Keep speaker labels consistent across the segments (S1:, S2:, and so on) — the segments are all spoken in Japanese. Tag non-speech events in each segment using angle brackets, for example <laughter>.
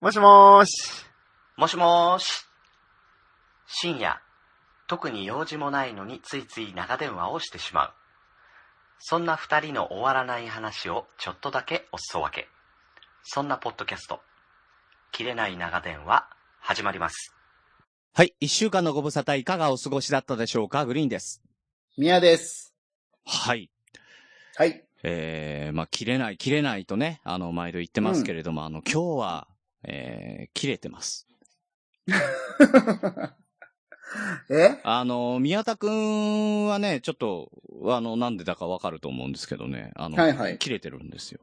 S1: もしもーし。
S2: もしもーし。深夜、特に用事もないのについつい長電話をしてしまう。そんな二人の終わらない話をちょっとだけおすそ分け。そんなポッドキャスト、切れない長電話、始まります。
S3: はい。一週間のご無沙汰いかがお過ごしだったでしょうかグリーンです。
S1: 宮です。
S3: はい。
S1: はい。
S3: えー、まあ、切れない、切れないとね、あの、毎度言ってますけれども、あの、今日は、えー、切れてます。
S1: え
S3: あの、宮田くんはね、ちょっと、あの、なんでだかわかると思うんですけどね、あの、
S1: はいはい
S3: 切れてるんですよ。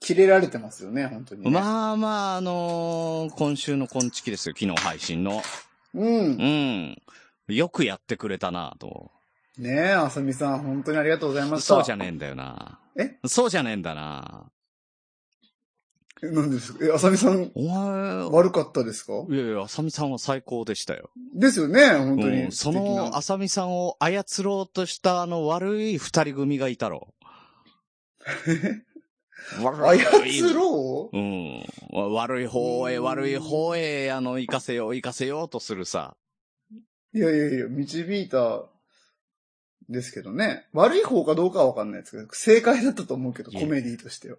S1: 切れられてますよね、本当に、ね。
S3: まあまあ、あのー今週のコンチキですよ、昨日配信の。
S1: う。
S3: うんん。よくやってくれたなと。
S1: ねえ、あさみさん、本当にありがとうございました。
S3: そうじゃねえんだよな。
S1: え
S3: そうじゃねえんだな。
S1: え。なんですかえ、あさみさん、
S3: お前、
S1: 悪かったですか
S3: いやいや、浅見さんは最高でしたよ。
S1: ですよね、本当
S3: うん
S1: に。
S3: そ
S1: 素敵
S3: の
S1: な
S3: 浅見さんを操ろうとしたあの悪い二人組がいたろ。悪い
S1: 操ろう
S3: うん。わ悪い方へ、
S1: うん
S3: 悪い方へ、あの、行かせよう、行かせようとするさ。
S1: いやいやいや、導いた、ですけどね。悪い方かどうかはわかんないですけど、正解だったと思うけど、
S3: いえ
S1: コメディとしては。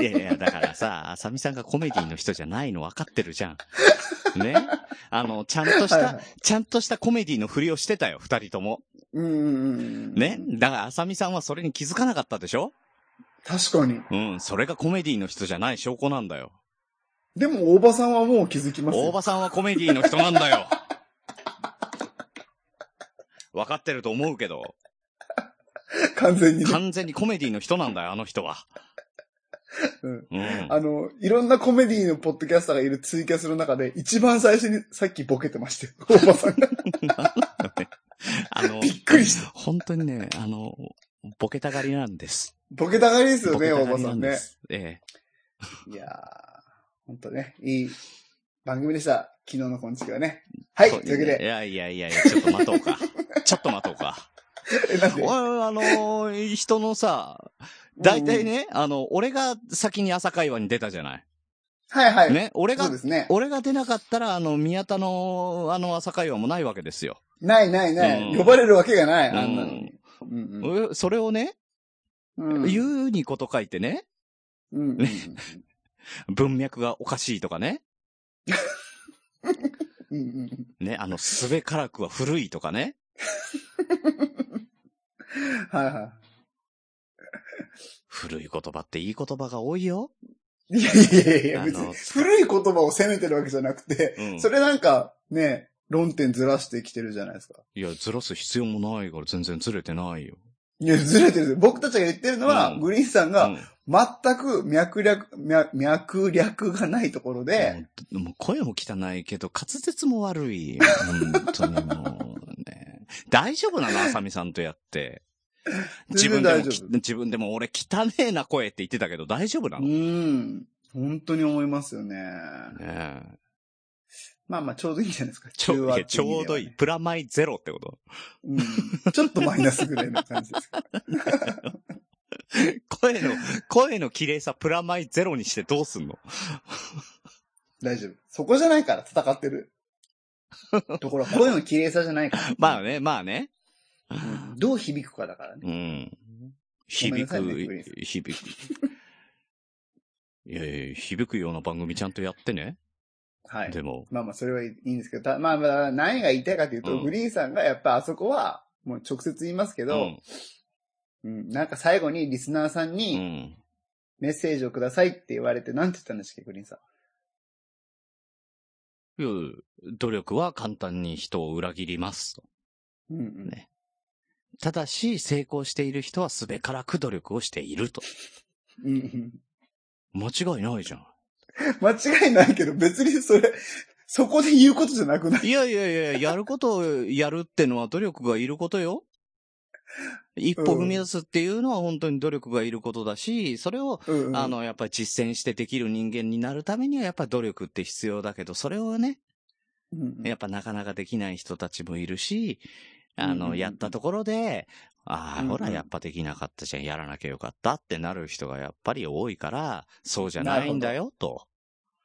S3: いやいや、だから
S1: <laughs>
S3: さ、浅見さんがコメディの人じゃないの分かってるじゃん。ねあの、ちゃんとし
S1: はいは
S3: た
S1: い、
S3: ちゃんとしたコメディのふりをしてたよ、二人とも。
S1: うんうんうん。
S3: ね。だから浅見さんはそれに気づかなかったでしょ
S1: 確かに。
S3: うん、それがコメディの人じゃない証拠なんだよ。
S1: でも、大場さんはもう気づきますよ
S3: 大場さんはコメディの人なんだよ。 <laughs> 分かってると思うけど、
S1: 完全にね。
S3: 完全にコメディの人なんだよ、あの人は。
S1: うん
S3: うん。
S1: あの、いろんなコメディのポッドキャスターがいるツイキャスの中で、一番最初にさっきボケてましたよ。 <laughs> 大場さんが。
S3: あの
S1: びっくりした。
S3: 本当にね、あの、ボケたがりなんです。
S1: ボケたがりですよ
S3: ボケ
S1: ね、
S3: た
S1: 大
S3: が
S1: 場
S3: り
S1: さ
S3: なんで
S1: ね。
S3: す。え
S1: いやー、ほんとね、いい番組でした。昨日の今月はね。は
S3: え
S1: い、というわけ
S3: い
S1: で。
S3: やいやいやいや、ちょっと待とう
S1: <laughs>
S3: か。ちょっと待とうか。
S1: え、 <laughs> なんで
S3: おいあのー人のさ、大体ね、あの、俺が先に朝会話に出たじゃない。
S1: はいはい。
S3: ね、俺
S1: そ
S3: が
S1: うですね。
S3: 俺が出なかったら、あの、宮田の、あの、朝会話もないわけですよ。
S1: ないないな
S3: う
S1: い。
S3: ん
S1: 呼ばれるわけがない、あんなの
S3: う
S1: うん
S3: ん。それをね、
S1: うん。うん。
S3: 言うにこと書いてね、
S1: うんうん
S3: 文脈がおかしいとかね、
S1: うんうん
S3: ね、あの、すべからくは古いとかね、
S1: うん。はいは
S3: 古い言葉っていい言葉が多いよ。
S1: い。いやいやいやいや、別
S3: あの
S1: に。古い言葉を責めてるわけじゃなくて、
S3: うん。
S1: それなんか、ね、論点ずらしてきてるじゃないですか。
S3: いや、ずらす必要もないから全然ずれてないよ。
S1: いや、ずれてる。僕たちが言ってるのは、
S3: うん
S1: グリーンさん
S3: う
S1: が
S3: ん
S1: 全く脈略、脈脈略がないところで、
S3: もうもう声も汚いけど、滑舌も悪い。本当にもうね。大丈夫なの浅見さんとやって。自分
S1: 全然
S3: でも
S1: 大丈夫
S3: き、自分でも俺汚えな声って言ってたけど大丈夫な
S1: う
S3: の、ね
S1: ん。本当に思いますよね。
S3: え
S1: まあまあ、ちょうどいいんじゃないですか。
S3: ちょ
S1: 中和
S3: い
S1: って
S3: やちょうどい
S1: 意
S3: い。プラマイゼロってこと。
S1: 味ではね。うん。ちょっとマイナスぐらいの感じですか。
S3: 声
S1: <laughs>
S3: の、声の綺麗さプラマイゼロにしてどうすんの
S1: 大丈夫。そこじゃないから、戦っ
S3: <laughs>
S1: てる。ところは、声の綺麗さじゃないから。
S3: まあね、まあね。
S1: うんどう響くかだからね。
S3: うん。
S1: ごめん
S3: 響
S1: なさいねグ
S3: く
S1: リーンさ、
S3: 響く。いやいや、響くような番組ちゃんとやってね。
S1: はい。
S3: でも、
S1: まあまあ、それはいいんですけど、たまあまあ、何が言いたいかというと、
S3: うん
S1: グリーンさんがやっぱあそこは、もう直接言いますけ
S3: う
S1: ど、
S3: ん。
S1: うん、なんか最後にリスナーさん
S3: う
S1: に
S3: ん。
S1: メッセージをくださいって言われて、なんて言ったんでしたっけ、グリーンさん。
S3: いや努力は簡単に人を裏切りますと。
S1: うんうん。
S3: ねただし、成功している人はすべからく努力をしていると。
S1: うんうん
S3: 間違いないじゃん。
S1: 間違いないけど、別にそれ、 <laughs> そこで言うことじゃなくない。
S3: いやいやいや、やることをやるってのは努力がいることよ。一歩踏み出すっていうのは本当に努力がいることだし、それを、
S1: うんうん
S3: あ、の、やっぱり実践してできる人間になるためにはやっぱり努力って必要だけど、それをね、
S1: うんうん
S3: やっぱなかなかできない人たちもいるし、あ
S1: うんうんう
S3: の、
S1: ん
S3: やったところで、あ
S1: う
S3: あ、
S1: んうん
S3: ほら、やっぱできなかったじゃん、やらなきゃよかったってなる人がやっぱり多いから、そうじゃないんだよ、と。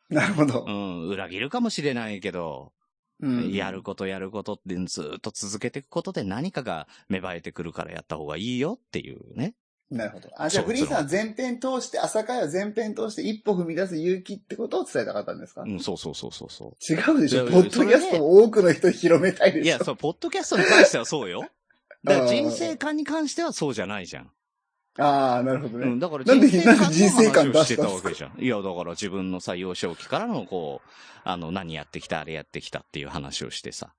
S1: なるほど
S3: う。ん、裏切るかもしれないけど、
S1: うん。
S3: やることやることってずっと続けていくことで何かが芽生えてくるからやった方がいいよっていうね。
S1: なるほど。あ、じゃあ、
S3: そう
S1: フリーさんは前編通して、朝会は前編通して一歩踏み出す勇気ってことを伝えたかったんですか、
S3: うん、そうそうそうそうそ
S1: 違うでしょ
S3: いや。
S1: ポッドキャストを多くの人に広めたいうで
S3: い
S1: し
S3: や、
S1: ょ
S3: そう、ポッドキャストに関してはそうよ。だから
S1: あー
S3: 人生観に関してはそうじゃないじゃん。
S1: ああ、なるほど
S3: う
S1: ね。
S3: ん、だから
S1: なんで
S3: 人生観
S1: なんで人生観
S3: の話を
S1: 出
S3: して
S1: した
S3: た
S1: んで
S3: わ
S1: すか
S3: けじゃん。いや、だから自分のさ、幼少期からのこう、あの、何やってきた、あれやってきたっていう話をしてさ。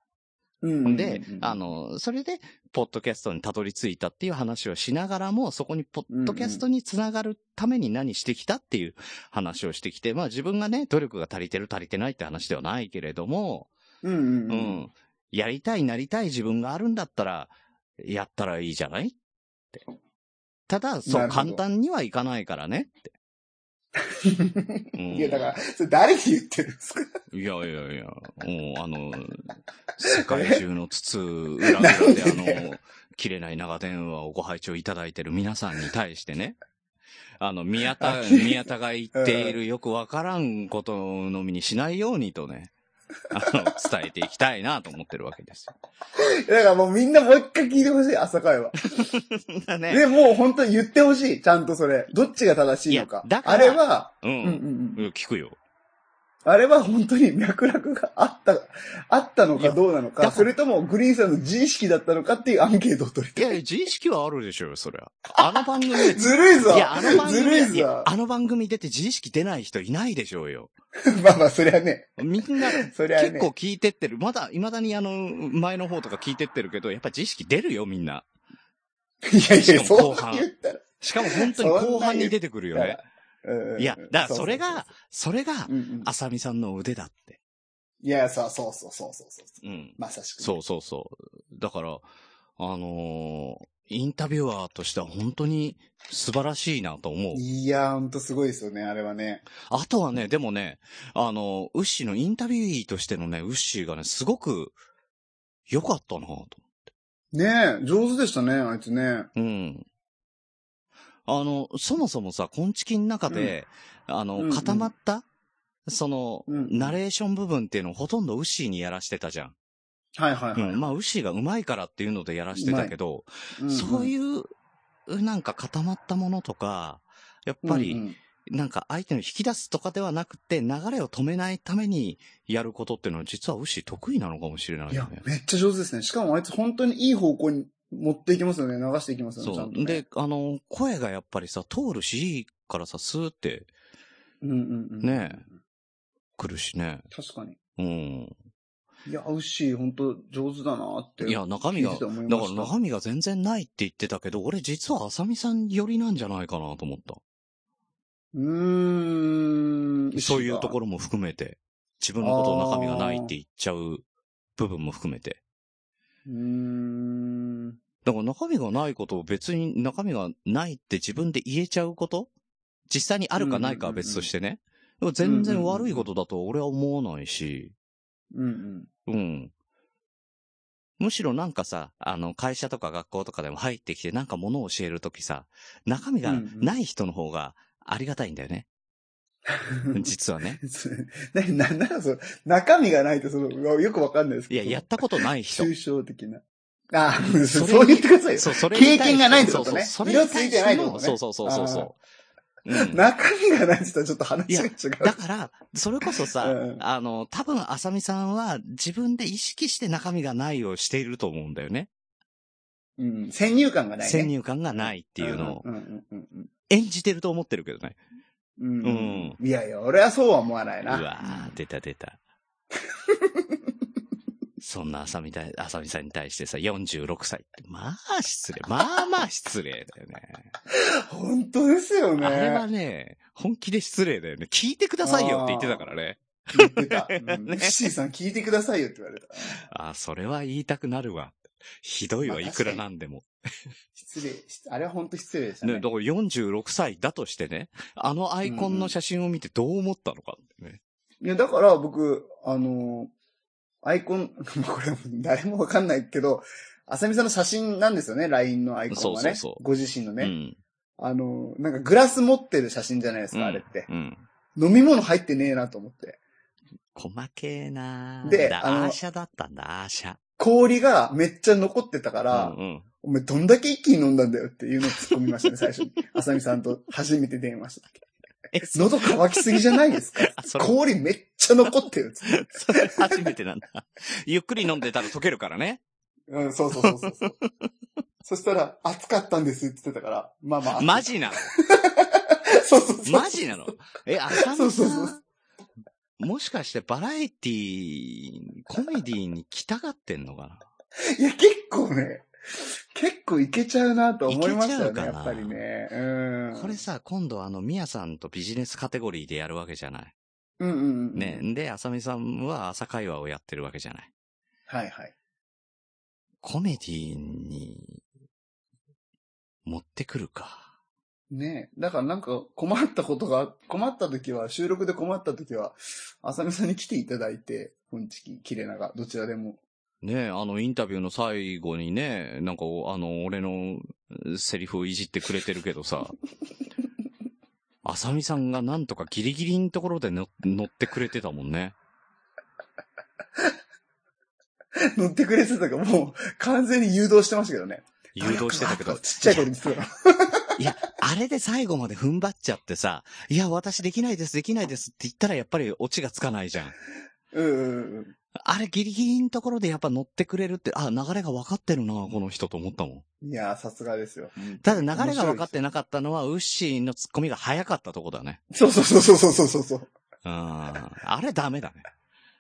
S1: うん
S3: で、あ、の、それで、ポッドキャストにたどり着いたっていう話をしながらも、そこにポッドキャストにつながるために何してきたっていう話をしてきて、まあ自分がね、努力が足りてる足りてないって話ではないけれども、
S1: うんう
S3: う、
S1: んうんん。
S3: やりたいなりたい自分があるんだったら、やったらいいじゃないって。ただ、そ
S1: な
S3: う
S1: るほど
S3: 簡単にはいかないからね
S1: <laughs>
S3: って。うん
S1: いや、だから、それ誰に言ってるんですか <laughs>
S3: いやいやいや、もうあの、世界中の筒裏裏であ
S1: なんで <laughs>
S3: の、切れない長電話をご拝聴いただいてる皆さんに対してね、あの、宮田、宮田が言っているよくわからんことのみにしないようにとね、あの、伝えていきたいなと思ってるわけですよ。
S1: だからもうみんなもう一回聞いてほしい、朝会は。
S3: だね。
S1: で、もう本当に言ってほしい、ちゃんとそれ。どっちが正しいのか。
S3: いやだから
S1: あれは、
S3: う
S1: うんうん
S3: ん。
S1: うん。
S3: 聞くよ。
S1: あれは本当に脈絡があった、あったの
S3: いや
S1: かどうなの
S3: だ
S1: か、
S3: から
S1: それともグリーンさんの自意識だったのかっていうアンケートを取り
S3: い <laughs>
S1: たい。
S3: やいや、自意識はあるでしょうよ、そりゃ。あの番組で、
S1: ずるいぞ
S3: いや、あの番
S1: ずるい
S3: 組、い
S1: ぞ
S3: やあの番組出て自意識出ない人いないでしょうよ。
S1: まあまあ、そりゃね。
S3: みんな、
S1: そりゃね
S3: 結構聞いてってる。まだ、未だにあの、前の方とか聞いてってるけど、やっぱ知識出るよ、みんな。
S1: いやい
S3: し
S1: や、
S3: かも
S1: そ
S3: 後
S1: う
S3: 半
S1: 言ったら。
S3: しかも本当に後半に出てくるよね。
S1: うん
S3: いや、だからそれが、、それが
S1: う、んうん
S3: あさみさんの腕だって。
S1: いや、そうそうそうそうそうそ
S3: う
S1: う。
S3: ん。
S1: まさしく。
S3: そうそうそう。だから、あのーインタビュアーとしては本当に素晴らしいなと思う。
S1: いや、ほんとすごいですよね、あれはね。
S3: あとはね、でもね、あの、ウッシーのインタビューイーとしてのね、ウッシーがね、すごく良かったなと。
S1: ねえ、上手でしたね、あいつね。
S3: うん。あの、そもそもさ、昆虫の中で、あ
S1: うんう
S3: の、
S1: ん
S3: 固まった、その、
S1: うん
S3: ナレーション部分っていうのをほとんどウッシーにやらしてたじゃん。
S1: はいはいは
S3: う
S1: い。
S3: ん。まあ、ウッシーが上手いからっていうのでやらしてたけど、
S1: ん
S3: そう
S1: やっ
S3: いう、なんか固まったものとか、やっぱり、なんか相手の引き出すとかではなくて、流れを止めないためにやることっていうのは実はウッシー得意なのかもしれない
S1: い
S3: よ
S1: や
S3: ね。、
S1: めっちゃ上手ですね。しかもあいつ本当にいい方向に持っていきますよね。流していきますよね、ちゃ
S3: そ
S1: んと、
S3: う。
S1: ね。
S3: で、あの、声がやっぱりさ、通るし、いいからさ、スーって
S1: うんうんうん。
S3: ね来るしね。
S1: 確かに。
S3: うん。
S1: いや、ウッシー本当上手だなって。
S3: いや、中身が、
S1: 聞いて
S3: だ
S1: て
S3: か
S1: 思いました
S3: ら中身が全然ないって言ってたけど、俺実は浅見さん寄りなんじゃないかなと思った。
S1: うーん。
S3: そういうとこ
S1: ろ。
S3: ろも含めて。自分のことを中身がないって言っちゃう部分も含めて。
S1: うーん。
S3: だから中身がないことを別に中身がないって自分で言えちゃうこと実際にあるかないかは別としてね。でも全然悪いことだと俺は思わないし。
S1: うん
S3: う
S1: うん。
S3: ん。むしろなんかさ、あの、会社とか学校とかでも入ってきてなんか物を教えるときさ、中身がない人の方がありがたいんだよね。 <laughs>
S1: <laughs>
S3: 実はね。
S1: な、な、なんだそれ、中身がないって、その、うわよくわかんないです
S3: い
S1: け
S3: や、
S1: ど。
S3: やったことない
S1: <laughs>
S3: 人。
S1: 抽象的な。ああ、
S3: そ
S1: そ
S3: れ
S1: う言ってくださいよ。
S3: そう、それに対して
S1: 経験がないってことね
S3: そうそうそれに対しての
S1: 色ついてないってことね
S3: そうそうそうそうそう。うん
S1: 中身がないって言ったらちょっと話が違う。
S3: だから、それこそさ、
S1: うん
S3: あの、多分、あさみさんは自分で意識して中身がないをしていると思うんだよね。
S1: うん、先入観がない、ね。
S3: 先入観がないっていうのを
S1: うんうんうんうん
S3: 演じてると思ってるけどね。
S1: うん。
S3: うん
S1: いやいや、俺はそうは思わないうな。
S3: わー、出た出
S1: <laughs>
S3: た。そんなあさみたい、あさみさんに対してさ、46歳って、まあ失礼、
S1: <laughs>
S3: まあまあ失礼だよね。
S1: 本当ですよね。
S3: あれはね、本気で失礼だよね。聞いてくださいよって言ってたからね。
S1: 聞いて
S3: <laughs>
S1: た。うん
S3: ね
S1: C さん聞いてくださいよって言われた。
S3: ああ、それは言いたくなるわ。ひどいわ、
S1: まあ
S3: いくらなんでも。
S1: 失礼、しあれは本当失礼でした
S3: ね、
S1: ね。
S3: だから46歳だとしてね、あのアイコンの写真を見てどう思ったのかってね。
S1: いや、だから僕、あのーアイコン、 <laughs> これ誰もわかんないけど、あさみさんの写真なんですよね、LINE のアイコンは
S3: そうそ
S1: ね。
S3: うそう
S1: ご自身の
S3: う
S1: ね。
S3: ん。
S1: あのーなんかグラス持ってる写真じゃないですか、あれって。
S3: うん。
S1: 飲み物入ってねえなと思って。
S3: 細けえな
S1: で
S3: だ
S1: あの
S3: アーシャだったんだ、アーシャ。
S1: 氷がめっちゃ残ってたから、
S3: うんうん、
S1: お前どんだけ一気に飲んだんだよっていうのを突っ込み
S3: <laughs>
S1: ましたね、最初に。あさみさんと初めて電話した時。
S3: え、そ
S1: 喉乾きすぎじゃないですか
S3: あ <laughs> それ、
S1: 氷めっちゃ残ってるっつって。
S3: それ初めてなんだ。 <laughs> ゆっくり飲んでたら溶けるからね。
S1: うん、そうそうそうそう
S3: <laughs>
S1: そう。そしたら、暑かったんですって言ってたから、まあまあ。暑い
S3: マジなの
S1: <laughs> そうそうそう。
S3: マジなのえ、浅
S1: そ
S3: 野
S1: う
S3: さ
S1: そ
S3: ん
S1: うそう
S3: もしかしてバラエティー、コメディーに来たがってんのか
S1: いや、結構ね、結構いけちゃうなと思いましたよ
S3: いけち
S1: ね、
S3: ゃうか
S1: や
S3: な
S1: っぱりね。
S3: な
S1: うん。
S3: これさ、今度あの、ミヤさんとビジネスカテゴリーでやるわけじゃない。
S1: うんうんうん。
S3: ね。。で、浅見さんは朝会話をやってるわけじゃない。
S1: はいはい。
S3: コメディーに、持ってくるか。
S1: ねだからなんか困ったことが、困った時は、収録で困った時は、浅見さんに来ていただいて、うんちき、切れ長、どちらでも。 <laughs>
S3: ねえ、あの、インタビューの最後にね、なんか、おあの、俺のセリフをいじってくれてるけどさ、あさみさんがなんとかギリギリのところでの乗ってくれてたもんね。
S1: 乗ってくれてたから、もう完全に誘導してましたけどね。
S3: 誘導してたけ
S1: <laughs>
S3: ど。
S1: ちっちゃい頃に言ってたから。
S3: いや、あれで最後まで踏ん張っちゃってさ、いや、私できないです、できないですって言ったらやっぱりオチがつかないじゃん。
S1: うんうんうん。
S3: あれギリギリのところでやっぱ乗ってくれるって、あ、流れが分かってるな、この人と思ったもん。
S1: いやー、さすがですよ。
S3: ただ流れが分かってなかったのは、ウッシーのツッコミが早かったとこだね。
S1: そうそうそうそうそうそうそう。
S3: うん。
S1: <laughs>
S3: あれダメだね。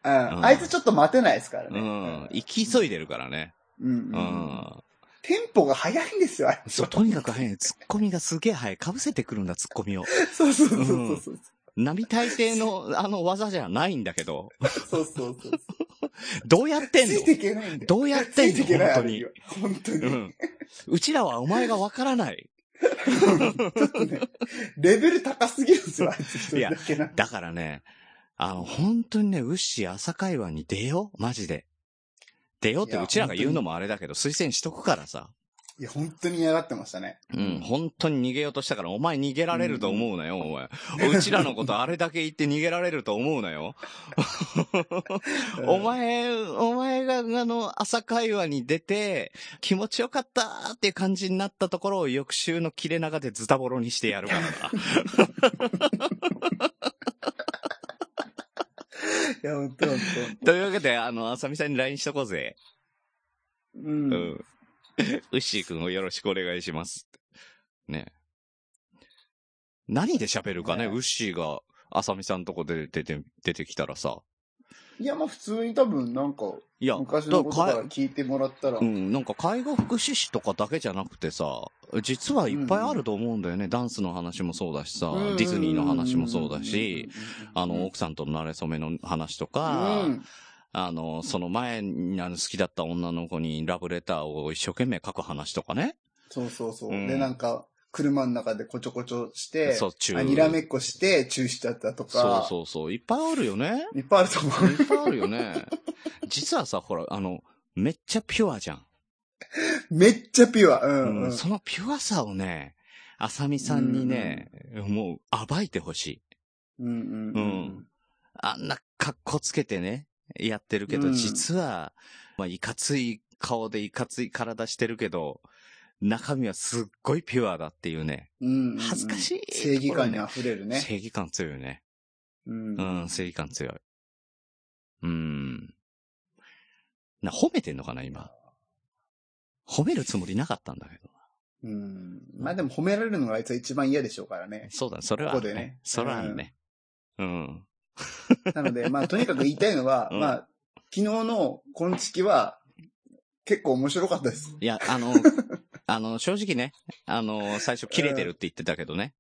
S1: うんん。あいつちょっと待てないですから
S3: う
S1: ね。
S3: ん。行き急いでるからね。
S1: うん。う。
S3: うんん。
S1: テンポが早いんですよ、あいつ
S3: そう、とにかく早い。ツッコミがすげえ早い。被せてくるんだ、ツッコミを。
S1: そうそうそうそうそう。
S3: 並大抵
S1: <laughs>
S3: の、あの、技じゃないんだけど、
S1: そうそうそう。
S3: どうやってん
S1: <laughs> ついて
S3: の
S1: いけないんだよ。
S3: どうやってん
S1: つい
S3: の
S1: ていけな
S3: 本
S1: い、あ
S3: 当
S1: れに
S3: に
S1: は。。本当
S3: う
S1: に。
S3: ん。うちらはお前がわからない。
S1: ちょっとね、レベル高すぎるんですよ、あいつ一人
S3: いや
S1: だけな。
S3: だからね、あの、本当にね、ウッシー朝会話に出よう。マジで。出ようって
S1: いや
S3: うちらが言うのもあれだけど、推薦しとくからさ。
S1: いや、本当に嫌がってましたね。
S3: うん、本当に逃げようとしたから、お前逃げられると思うなよ、お前。うちらのことあれだけ言って逃げられると思うなよ。お前、お前が、あの、朝会話に出て、気持ちよかったーっていう感じになったところを翌週の切れ長でズタボロにしてやるから <laughs> な。
S1: いや、本当本
S3: というわけで、あの、浅見さんに LINE しとこうぜ。
S1: 当。う。
S3: うんん。ウッシーくんをよろしくお願いします。ね。何で喋るかね、
S1: ね
S3: ウッシーが、浅見さんとこで出て、出てきたらさ。
S1: いや、まあ普通に多分なんか、
S3: いや、
S1: 昔のことから
S3: だ
S1: 聞いてもらったら
S3: う、ん、なんか介護福祉士とかだけじゃなくてさ、実はいっぱいあると思うんだよね。ダンスの話もそうだしさ、ディズニーの話もそうだし、あの、奥さんとの馴れ初めの話とか、
S1: うん、
S3: あの、その前にあの好きだった女の子にラブレターを一生懸命書く話とかね。
S1: そうそうそう。
S3: うん
S1: で、なんか、車の中でこちょこちょして、
S3: そう、中
S1: あにらめっこして、チューしちゃったと
S3: そう
S1: か、
S3: そうそう。いっぱいあるよね。
S1: いっぱいあると思う。 <laughs>
S3: いっぱいあるよね。実はさ、ほら、あの、めっちゃピュアじゃん。
S1: めっちゃピュア。うん、
S3: う
S1: うんん。
S3: そのピュアさをね、あさみさんにね、もう暴いてほしい。
S1: うん、うん。うん
S3: あんな格好つけてね、やってるけど、
S1: うん
S3: 実は、まあ、いかつい顔でいかつい体してるけど、中身はすっごいピュアだっていうね。
S1: うんうん。
S3: 恥ずかしい
S1: 正義感に溢れるね。
S3: 正義感強いよね。
S1: うん
S3: う。ん、正義感強い。うん。な、褒めてんのかな、今。褒めるつもりなかったんだけど。
S1: うん。まあでも褒められるのがあいつは一番嫌でしょうからね。
S3: そうだ、それはある
S1: ここで
S3: ね
S1: ね。
S3: それはあるね。うん。、
S1: なので、まあとにかく言いたいのは
S3: うん
S1: まあ、昨日の今月は、結構面白かったです。
S3: いや、あ
S1: <laughs>
S3: の、あの、正直ね、あの、最初切れてるって言ってたけどね。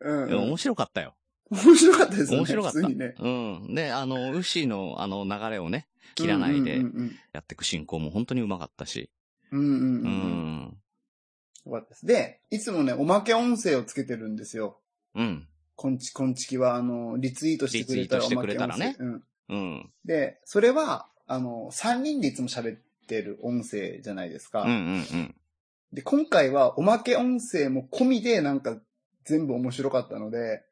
S1: うん、うん。
S3: 面白かったよ。
S1: 面白かったですね。
S3: 面白かった。
S1: 普通にね。
S3: うん。で、あの、ウッシーの、あの、流れをね、切らないで
S1: うんうん
S3: やっていく進行も本当にうまかったし。
S1: うんうん。うんうん
S3: う
S1: うん
S3: ん。
S1: よかったです。で、いつもね、おまけ音声をつけてるんですよ。
S3: うん。
S1: こんち、こんちきは、あの、リツイートしてくれたら
S3: リツイートしてくれたらね
S1: おまけ音声うん。
S3: うん。
S1: で、それは、あの、3人でいつも喋ってる音声じゃないですか。
S3: うんうんうん。
S1: で、今回はおまけ音声も込みでなんか全部面白かったので、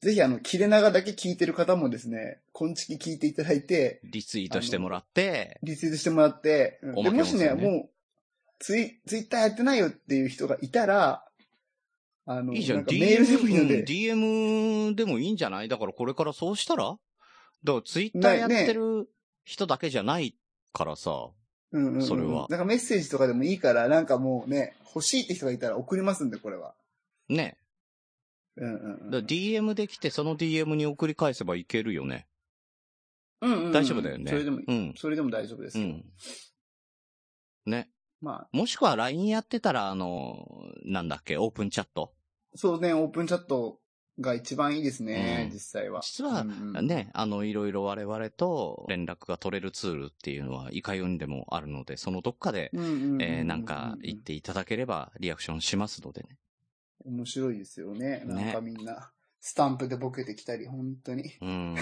S1: ぜひあの、切れ長だけ聞いてる方もですね、こんちき聞いていただいて、
S3: リツイートしてもらって、
S1: リツイートしてもらって、うん
S3: お
S1: で
S3: まけ
S1: も
S3: です
S1: し
S3: よ
S1: ね、
S3: ね
S1: もう、ツイ、ツイッターやってないよっていう人がいたら、あの、
S3: いいじゃん。
S1: なんかメールでもいいの
S3: DM う
S1: で
S3: ん、DM でもいいんじゃないだからこれからそうしたらだからツイッターやってる人だけじゃないからさ。
S1: うんうんうん
S3: それは
S1: なんかメッセージとかでもいいから、なんかもうね、欲しいって人がいたら送りますんで、これは。
S3: ね。
S1: うんうんう
S3: だか
S1: ん
S3: ら DM で来てその DM に送り返せばいけるよね。
S1: うんうんうん
S3: 大丈夫だよね。
S1: それでもいい、
S3: うん。
S1: それでも大丈夫です
S3: う
S1: よ。
S3: ん。ね。
S1: まあ、
S3: もしくは LINE やってたら、あの、なんだっけ、オープンチャット。
S1: そうね、オープンチャットが一番いいですね、
S3: うん
S1: 実際は。
S3: 実は
S1: うんうん
S3: ね、あの、いろいろ我々と連絡が取れるツールっていうのは、いかようにでもあるので、そのどっかで、
S1: うんうんうんうん
S3: えーなんか言っていただければリアクションしますのでね。
S1: 面白いですよね。
S3: ね
S1: なんかみんな、スタンプでボケてきたり、本当に。 <laughs>
S3: うーん。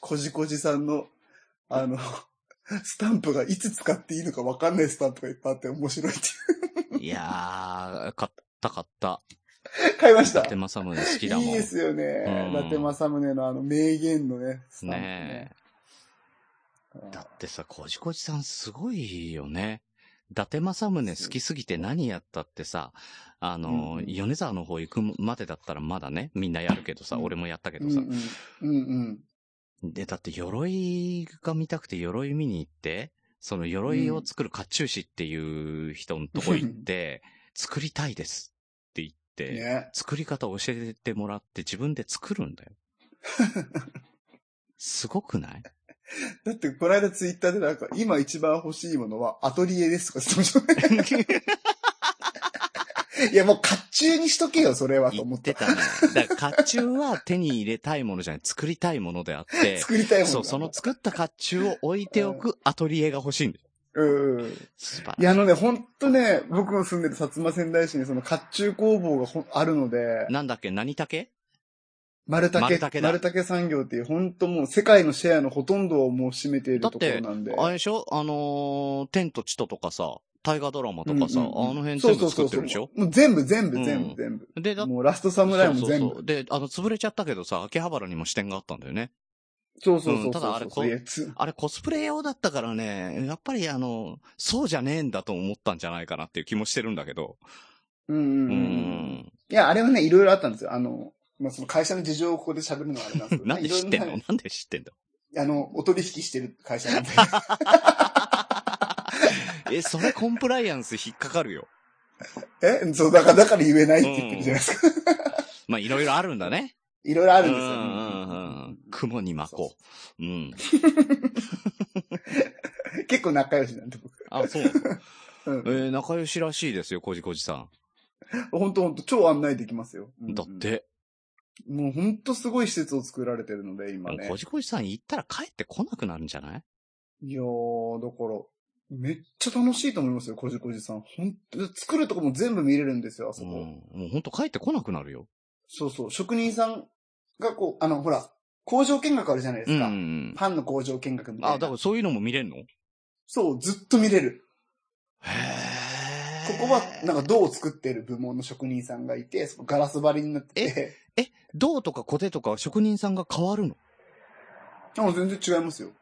S1: こじこじさんの、あの、 <laughs> スタンプがいつ使っていいのかわかんないスタンプがいっぱいあって面白いって <laughs>
S3: いやー、買った買った。
S1: いう。買いました。
S3: 手間サムネ好きだもん。
S1: いいですよね。
S3: うん
S1: 伊達政宗のあの名言のね、スタンプ
S3: ね
S1: うん
S3: え。だってさ、こじこじさんすごいよね。伊達政宗好きすぎて何やったってさ、あの、
S1: うんうん
S3: 米沢の方行くまでだったらまだね、みんなやるけどさ、
S1: うん
S3: 俺もやったけ
S1: う
S3: ど
S1: んう
S3: さ。
S1: ん。うんうん。
S3: で、だって鎧が見たくて鎧見に行って、その鎧を作る甲冑師っていう人のとこ行って、作りたいですって言って、
S1: ね。
S3: 作り方教えてもらって自分で作るん
S1: <laughs>
S3: だよ。すごくない
S1: だって、この間ツイッターでなんか、今一番欲しいものはアトリエですとか言ってましたねいや、もう <laughs> 甲冑にしとけよ、それはと
S3: 言
S1: 思
S3: っ
S1: って
S3: て。たね。だから甲冑は手に入れたいものじゃない、作りたいものであって、
S1: 作りたいもんな
S3: そう、その作った甲冑を置いておくアトリエが欲しいんだよ。
S1: うんうん。
S3: 素晴らしい。
S1: いや、あのね、ほんとね、僕の住んでる薩摩仙台市にその甲冑工房がほんあるので、
S3: なんだっけ何竹
S1: 丸
S3: 丸
S1: 竹、
S3: 竹だ
S1: 丸竹産業っていう、ほんともう世界のシェアのほとんどをもう占めている
S3: だっ
S1: とこ
S3: て
S1: ろなんで。
S3: あれでしょあのー天と地ととかさ、大河ドラマとかさ、
S1: うんうんうん
S3: あの辺全部作ってるでし
S1: そう
S3: ょ
S1: そうそうもう全部、全
S3: う
S1: 部、
S3: ん
S1: 全部、全部。
S3: で、だって
S1: もうラストサムライも全
S3: そうそうそ
S1: 部
S3: う。。で、あの、潰れちゃったけどさ、秋葉原にも支店があったんだよね。
S1: そうそうそうう。
S3: んただあれこう
S1: いやつ
S3: あれコスプレ用だったからね、やっぱりあの、そうじゃねえんだと思ったんじゃないかなっていう気もしてるんだけど。
S1: うんうん
S3: う
S1: うんうん。
S3: ん。
S1: いや、あれはね、いろいろあったんですよ。あの、まあ、その会社の事情をここで喋るのはあれなんですけど。
S3: なんで知ってん
S1: いろ
S3: の
S1: ん
S3: なんで知ってんの
S1: <laughs> なあの、お取引してる会社なんで。 <laughs>
S3: え、それコンプライアンス引っかかるよ。
S1: えそう、だから、だから言えないって言ってるじゃないですか。
S3: まあ、いろいろあるんだね。
S1: いろいろ <laughs> あ
S3: あ
S1: るんですよ。
S3: うんうんうん。雲に巻こう。うん。
S1: 結構仲良しなんで、僕。
S3: あ、そう。
S1: <laughs> うん
S3: えー仲良しらしいですよ、こじこじさん。
S1: ほんとほんと、超案内できますよ。うんうん
S3: だって、
S1: もうほんとすごい施設を作られてるので、今ね
S3: こ。じこじさん行ったら帰ってこなくなるんじゃない
S1: いやー、だから、めっちゃ楽しいと思いますよ、こじこじさん。ほんと、作るとこも全部見れるんですよ、あそ
S3: うん
S1: こ。。
S3: もうほんと帰ってこなくなるよ。
S1: そうそう、職人さんがこう、あの、ほら、工場見学あるじゃないで
S3: う
S1: す
S3: んう
S1: か。
S3: ん
S1: パンの工場見学み
S3: う
S1: た
S3: ん。
S1: いな。
S3: あ、だからそういうのも見れんの
S1: そう、ずっと見れる。
S3: へ
S1: ここは、なんか銅を作ってる部門の職人さんがいて、そこガラス張りになってて、
S3: 銅とかコテとか職人さんが変わるの
S1: あ全然違いますよ。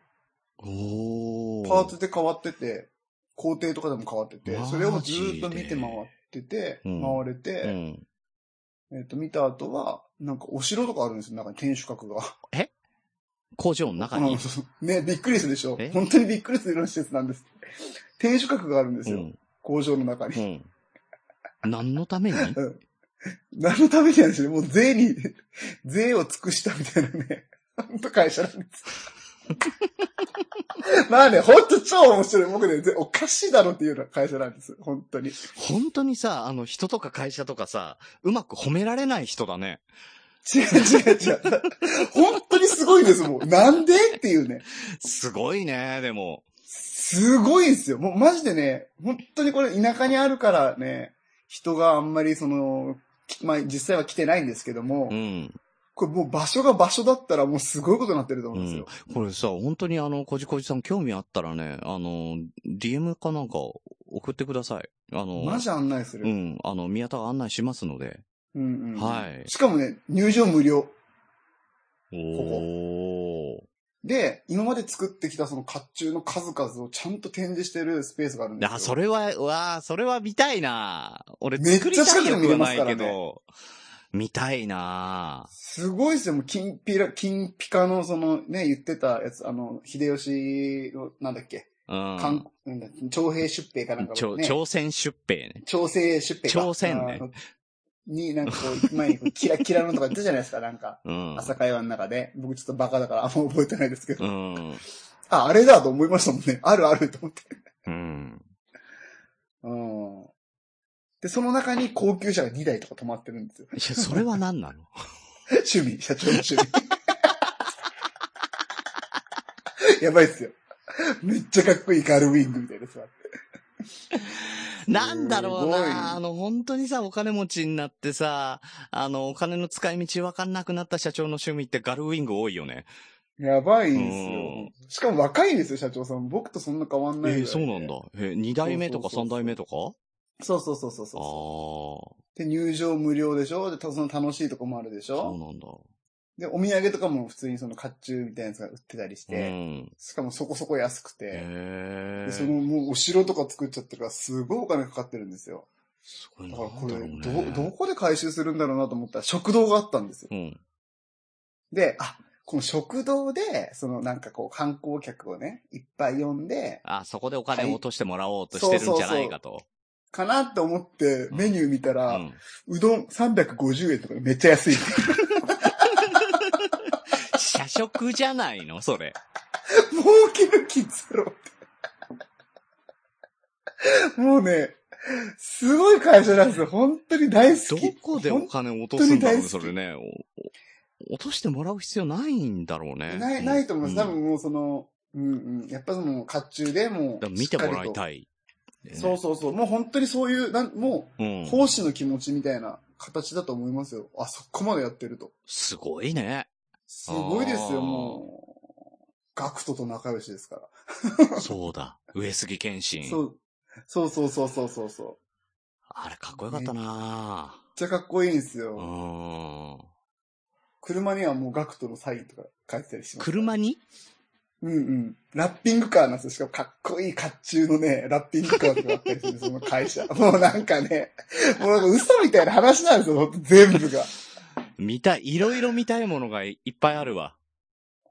S3: お
S1: パーツで変わってて、工程とかでも変わってて
S3: マ、ジで
S1: それをずーっと見て回ってて、
S3: うん
S1: 回れ
S3: う
S1: て、
S3: ん。
S1: えっ、と、見た後は、なんかお城とかあるんですよ、中に天守閣が。
S3: 工場の中
S1: う
S3: に
S1: ん。そうそうね、びっくりするでしょ
S3: え。
S1: 本当にびっくりするような施設なんです。天守閣があるんです
S3: う
S1: よ、
S3: ん。
S1: 工場の中に
S3: う。ん。何のた
S1: <laughs>
S3: めに
S1: 何のためになんでしょうね。もう税に、 <laughs> 税を尽くしたみたいなね。ほんと会社なんです。 <laughs> まあね、ほんと超面白い。僕ね、ぜおかしいだろっていうような会社なんです。本当に。
S3: 本当にさ、あの人とか会社とかさ、うまく褒められない人だね。
S1: 違う違う違う。本当にすごいんです、もう。なんでっていうね。
S3: すごいね、でも。
S1: すごいんですよ。もうマジでね、本当にこれ田舎にあるからね、人があんまりその、きまあ実際は来てないんですけども、
S3: うん。
S1: これもう場所が場所だったらもうすごいことになってると思うんですよ。
S3: これさ、本当にあの、こじこじさん興味あったらね、あの、DM かなんか送ってください。あの、
S1: マジ案内する。
S3: うん。あの、宮田が案内しますので。
S1: うんうん。
S3: はい
S1: しかもね、入場無料。
S3: おー。
S1: で、今まで作ってきたその甲冑の数々をちゃんと展示してるスペースがあるんですよ。
S3: あ、それは、うわあそれは見たいな俺
S1: めっ
S3: 作り
S1: ちゃ
S3: た
S1: 近
S3: い
S1: くで
S3: よ
S1: 見
S3: く
S1: れ
S3: は
S1: ま
S3: な
S1: すから
S3: いけ
S1: ね
S3: ど、見たいな
S1: すごいですよ、もう、金ピラ、金ピカの、その、ね、言ってたやつ、あの、秀吉の、なんだっけ、
S3: うん
S1: 韓。なんだっけ徴兵出兵かなんか
S3: ちょ
S1: の、ね、
S3: 朝鮮出兵ね。
S1: 調整出兵か。
S3: 朝鮮ね
S1: あの。に、なんかこう、行
S3: <laughs>
S1: く前にこう、キラキラのとか言ったじゃないですか、なんか。
S3: うん。
S1: 朝会話の中で。僕ちょっとバカだからあんま覚えてないですけど。
S3: うん。
S1: あ、あれだと思いましたもんね。あるあると思って。
S3: うん。
S1: うん。で、その中に高級車が2台とか止まってるんですよ。 <laughs>
S3: いや、それは何なの
S1: 趣味、社長の趣味。 <laughs> やばいっすよ。めっちゃかっこいいガルウィングみたいなさ。
S3: なんだろう
S1: すごい
S3: なあの、本当にさ、お金持ちになってさ、あの、お金の使い道わかんなくなった社長の趣味ってガルウィング多いよね。
S1: やばいん
S3: う
S1: ですよ。しかも若いんですよ、社長さん。僕とそんな変わん
S3: え
S1: ないぐらいで
S3: ーそうなんだ。えー、二代目とか
S1: そうそうそうそう
S3: 三代目とか
S1: そうそうそうそう
S3: ああ
S1: そ、う。で、入場無料でしょで、たその楽しいとこもあるでし
S3: そう
S1: ょ
S3: なんだ。
S1: で、お土産とかも普通にその甲冑みたいなやつが売ってたりし
S3: う
S1: て、
S3: ん。
S1: しかもそこそこ安くて、
S3: へえ。
S1: でそのもうお城とか作っちゃってるからすごいお金かかってるんですよ。
S3: すごい
S1: だ
S3: な
S1: からこれ、
S3: なんだろう
S1: ど、
S3: ね
S1: どこで回収するんだろうなと思ったら食堂があったんですよ。
S3: うん。
S1: で、あ、この食堂で、そのなんかこう観光客をね、いっぱい呼んで、
S3: あ、そこでお金を落としてもらおうとしてるんじゃないかと。
S1: かなって思ってメニュー見た
S3: う。
S1: ら、うんどん350円とかでめっちゃ安い。 <laughs>
S3: 社食じゃないのそれ。
S1: 儲ける気ゼロって。もうね、すごい会社なんですよ。本当に大好
S3: ど
S1: き。
S3: こでお金を落とすんだろうね、
S1: 本
S3: そ
S1: 当に
S3: れね。おお落としてもらう必要ないんだろうね。
S1: ない、ないと思います。多
S3: ん
S1: 分もうその、うんうん。やっぱその、甲冑で
S3: だ
S1: もう、
S3: から見てもら
S1: し
S3: い
S1: っか
S3: たい。
S1: りと。そうそうそう。もう本当にそういう、なんも
S3: う
S1: う、
S3: ん。
S1: 奉仕の気持ちみたいな形だと思いますよ。あ、そこまでやってると。
S3: すごいね。
S1: すごいです
S3: あー
S1: よ、もう。ガクトと仲良しですから。
S3: そうだ。上杉謙信。
S1: そう。そうそうそうそうそうそう。めっ
S3: あれかっこよかったな
S1: ちゃかっこいいんです
S3: う
S1: よ。
S3: ん。
S1: 車にはもうガクトのサインとか書いてたりします。
S3: 車に
S1: うんうん。ラッピングカーなんですよ。しかもかっこいい甲冑のね、ラッピングカーとかあったりするんですよ、その会社。 <laughs> もうなんかね、もうなんか嘘みたいな話なんですよ、ほんと全部が。
S3: 見たい、いろいろ見たいものがいっぱいあるわ。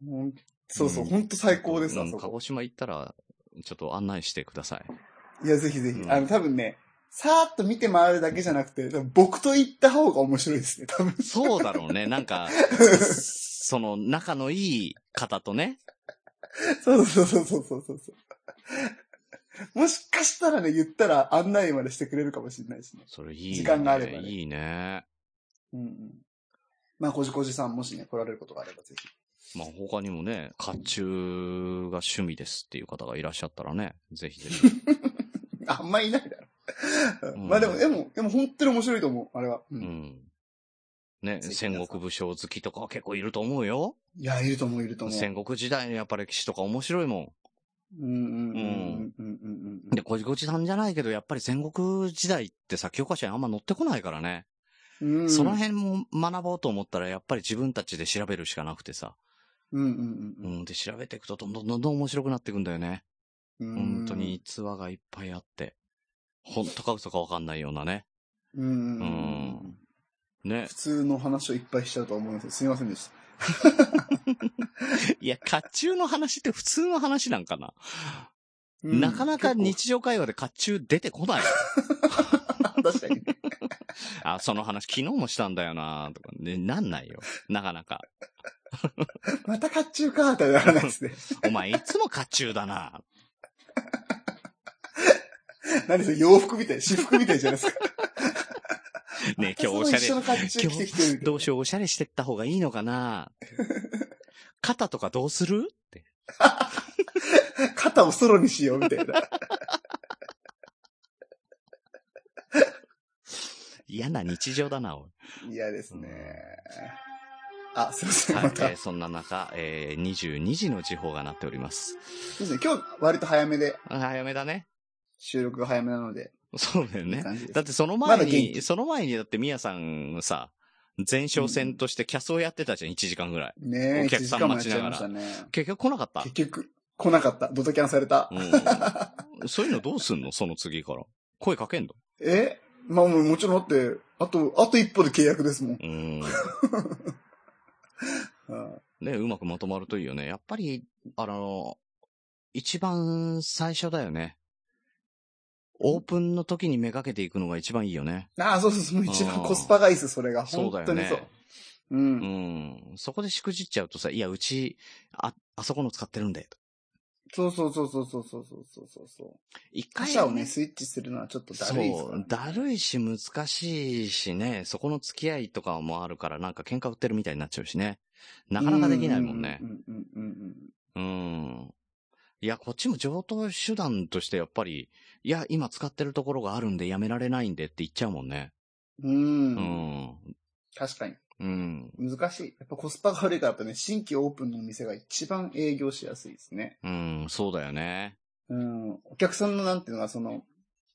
S1: もうそうそう、
S3: うん
S1: ほんと最高です、あ
S3: うん
S1: そ
S3: 鹿
S1: こ。
S3: 児島行ったら、ちょっと案内してください。
S1: <laughs> いや、ぜひぜひ
S3: う。ん
S1: あの、多分ね、さーっと見て回るだけじゃなくて、多分僕と行った方が面白いですね、多分。
S3: そうだろうね。なん
S1: <laughs>
S3: か、その、仲のいい方とね。
S1: そうそうそうそうそうそうそう。もしかしたらね、言ったら案内までしてくれるかもしれないしね。
S3: それいい、ね。
S1: 時間があればね
S3: いいね。
S1: うんうん。まあ、こじこじさんもしね、来られることがあればぜひ。
S3: まあ、他にもね、甲冑が趣味ですっていう方がいらっしゃったらね、ぜひぜひ。
S1: あんまいないだろ。
S3: うん
S1: まあでも、でも、でも本当に面白いと思う、あれは。う、
S3: うんん。ね、
S1: ぜひ
S3: 戦国武将好きとかは結構いると思うよ。
S1: いや、いると思う、いると思う。
S3: 戦国時代のやっぱ歴史とか面白いも
S1: うんうんうんうんうんうんうん
S3: ん。で、こじこじさんじゃないけど、やっぱり戦国時代ってさ、教科書にあんま載ってこないからね。
S1: うん。うん。
S3: その辺も学ぼうと思ったら、やっぱり自分たちで調べるしかなくてさ。
S1: うんうんう
S3: うんん、で、調べていくとどんどんどんどん面白くなっていくんだよね。
S1: うん。
S3: 本当に逸話がいっぱいあって。本当か嘘かわかんないようなね。
S1: うんうんうんう。
S3: うんん
S1: <laughs>
S3: ね
S1: 普。通の話をいっぱいしちゃうと思うんですよ。すみませんでした。
S3: いや、甲冑の話って普通の話なんかな。
S1: うん
S3: なかなか
S1: 結
S3: 日常会話で甲冑出てこない。
S1: 構確かに。
S3: <laughs> あ、その話昨日もしたんだよなとか、ね、なんないよ。なかなか。
S1: また甲冑かーってならないですね。
S3: お前いつも甲冑だな
S1: 何それ、洋服
S3: <laughs>
S1: みたい、私服みたいじゃないですか。
S3: ね今日お
S1: そ
S3: し
S1: の
S3: ゃ
S1: 一緒の
S3: れ。
S1: 甲冑着てきてるみたいな
S3: どうしよう、おしゃれしてった方がいいのかな肩とかどうするって。
S1: 肩をソロにしようみたいな。
S3: 嫌な日常だな、おい。
S1: 嫌ですね
S3: うん。
S1: あ、すいません、
S3: はい
S1: ま、
S3: え
S1: た。
S3: ーそんな中、えー、22時の時報が鳴っております。
S1: そうですね、今日割と早めで、
S3: あ早めだね。
S1: 収録が早めなので、
S3: そうだよね。
S1: 感じです
S3: だってその
S1: ま
S3: 前
S1: だ元
S3: に、
S1: 気
S3: その前にだってミヤさんさ、前哨戦としてキャスをやってたじゃん、1時間ぐらい。
S1: ねえ、
S3: お客
S1: 1時
S3: さん
S1: 間もやっちゃいましたね。
S3: 結局来なかった
S1: 結。局、来なかった。ドタキャンされた。
S3: <laughs> うん、そういうのどうすんのその次から。声かけんの
S1: えまあもうもちろんだって、あと、あと一歩で契約ですもん。
S3: うん。
S1: うん
S3: ね、うまくまとまるといいよね。やっぱり、あの、一番最初だよね。オープンの時にめがけていくのが一番いいよね。
S1: ああ、そうそうそう、もう一番
S3: うん
S1: コスパがいいです、それが。
S3: そ
S1: 本
S3: うだ
S1: 当
S3: よ
S1: に
S3: ね
S1: そう。。う。
S3: うんん。そこでしくじっちゃうとさ、いや、うち、あ、あそこの使ってるんで。
S1: そうそうそうそうそうそうそうそうそう。
S3: 一
S1: 他
S3: 回、
S1: 社をね、スイッチするのはちょっとだるいです
S3: そ
S1: から
S3: う、だるいし難しいしね、そこの付き合いとかもあるから、なんか喧嘩売ってるみたいになっちゃうしね。なかなかできないもんね
S1: う。んうんうんうん
S3: うん。いや、こっちも上等手段としてやっぱり、いや、今使ってるところがあるんでやめられないんでって言っちゃうもんね。
S1: うん。
S3: う
S1: うん。
S3: ん。
S1: 確かに。
S3: うん。
S1: 難しい。やっぱコスパが悪いからやっぱね、新規オープンのお店が一番営業しやすいですね。
S3: うん、そうだよね。
S1: うん。お客さんのなんていうのは、その、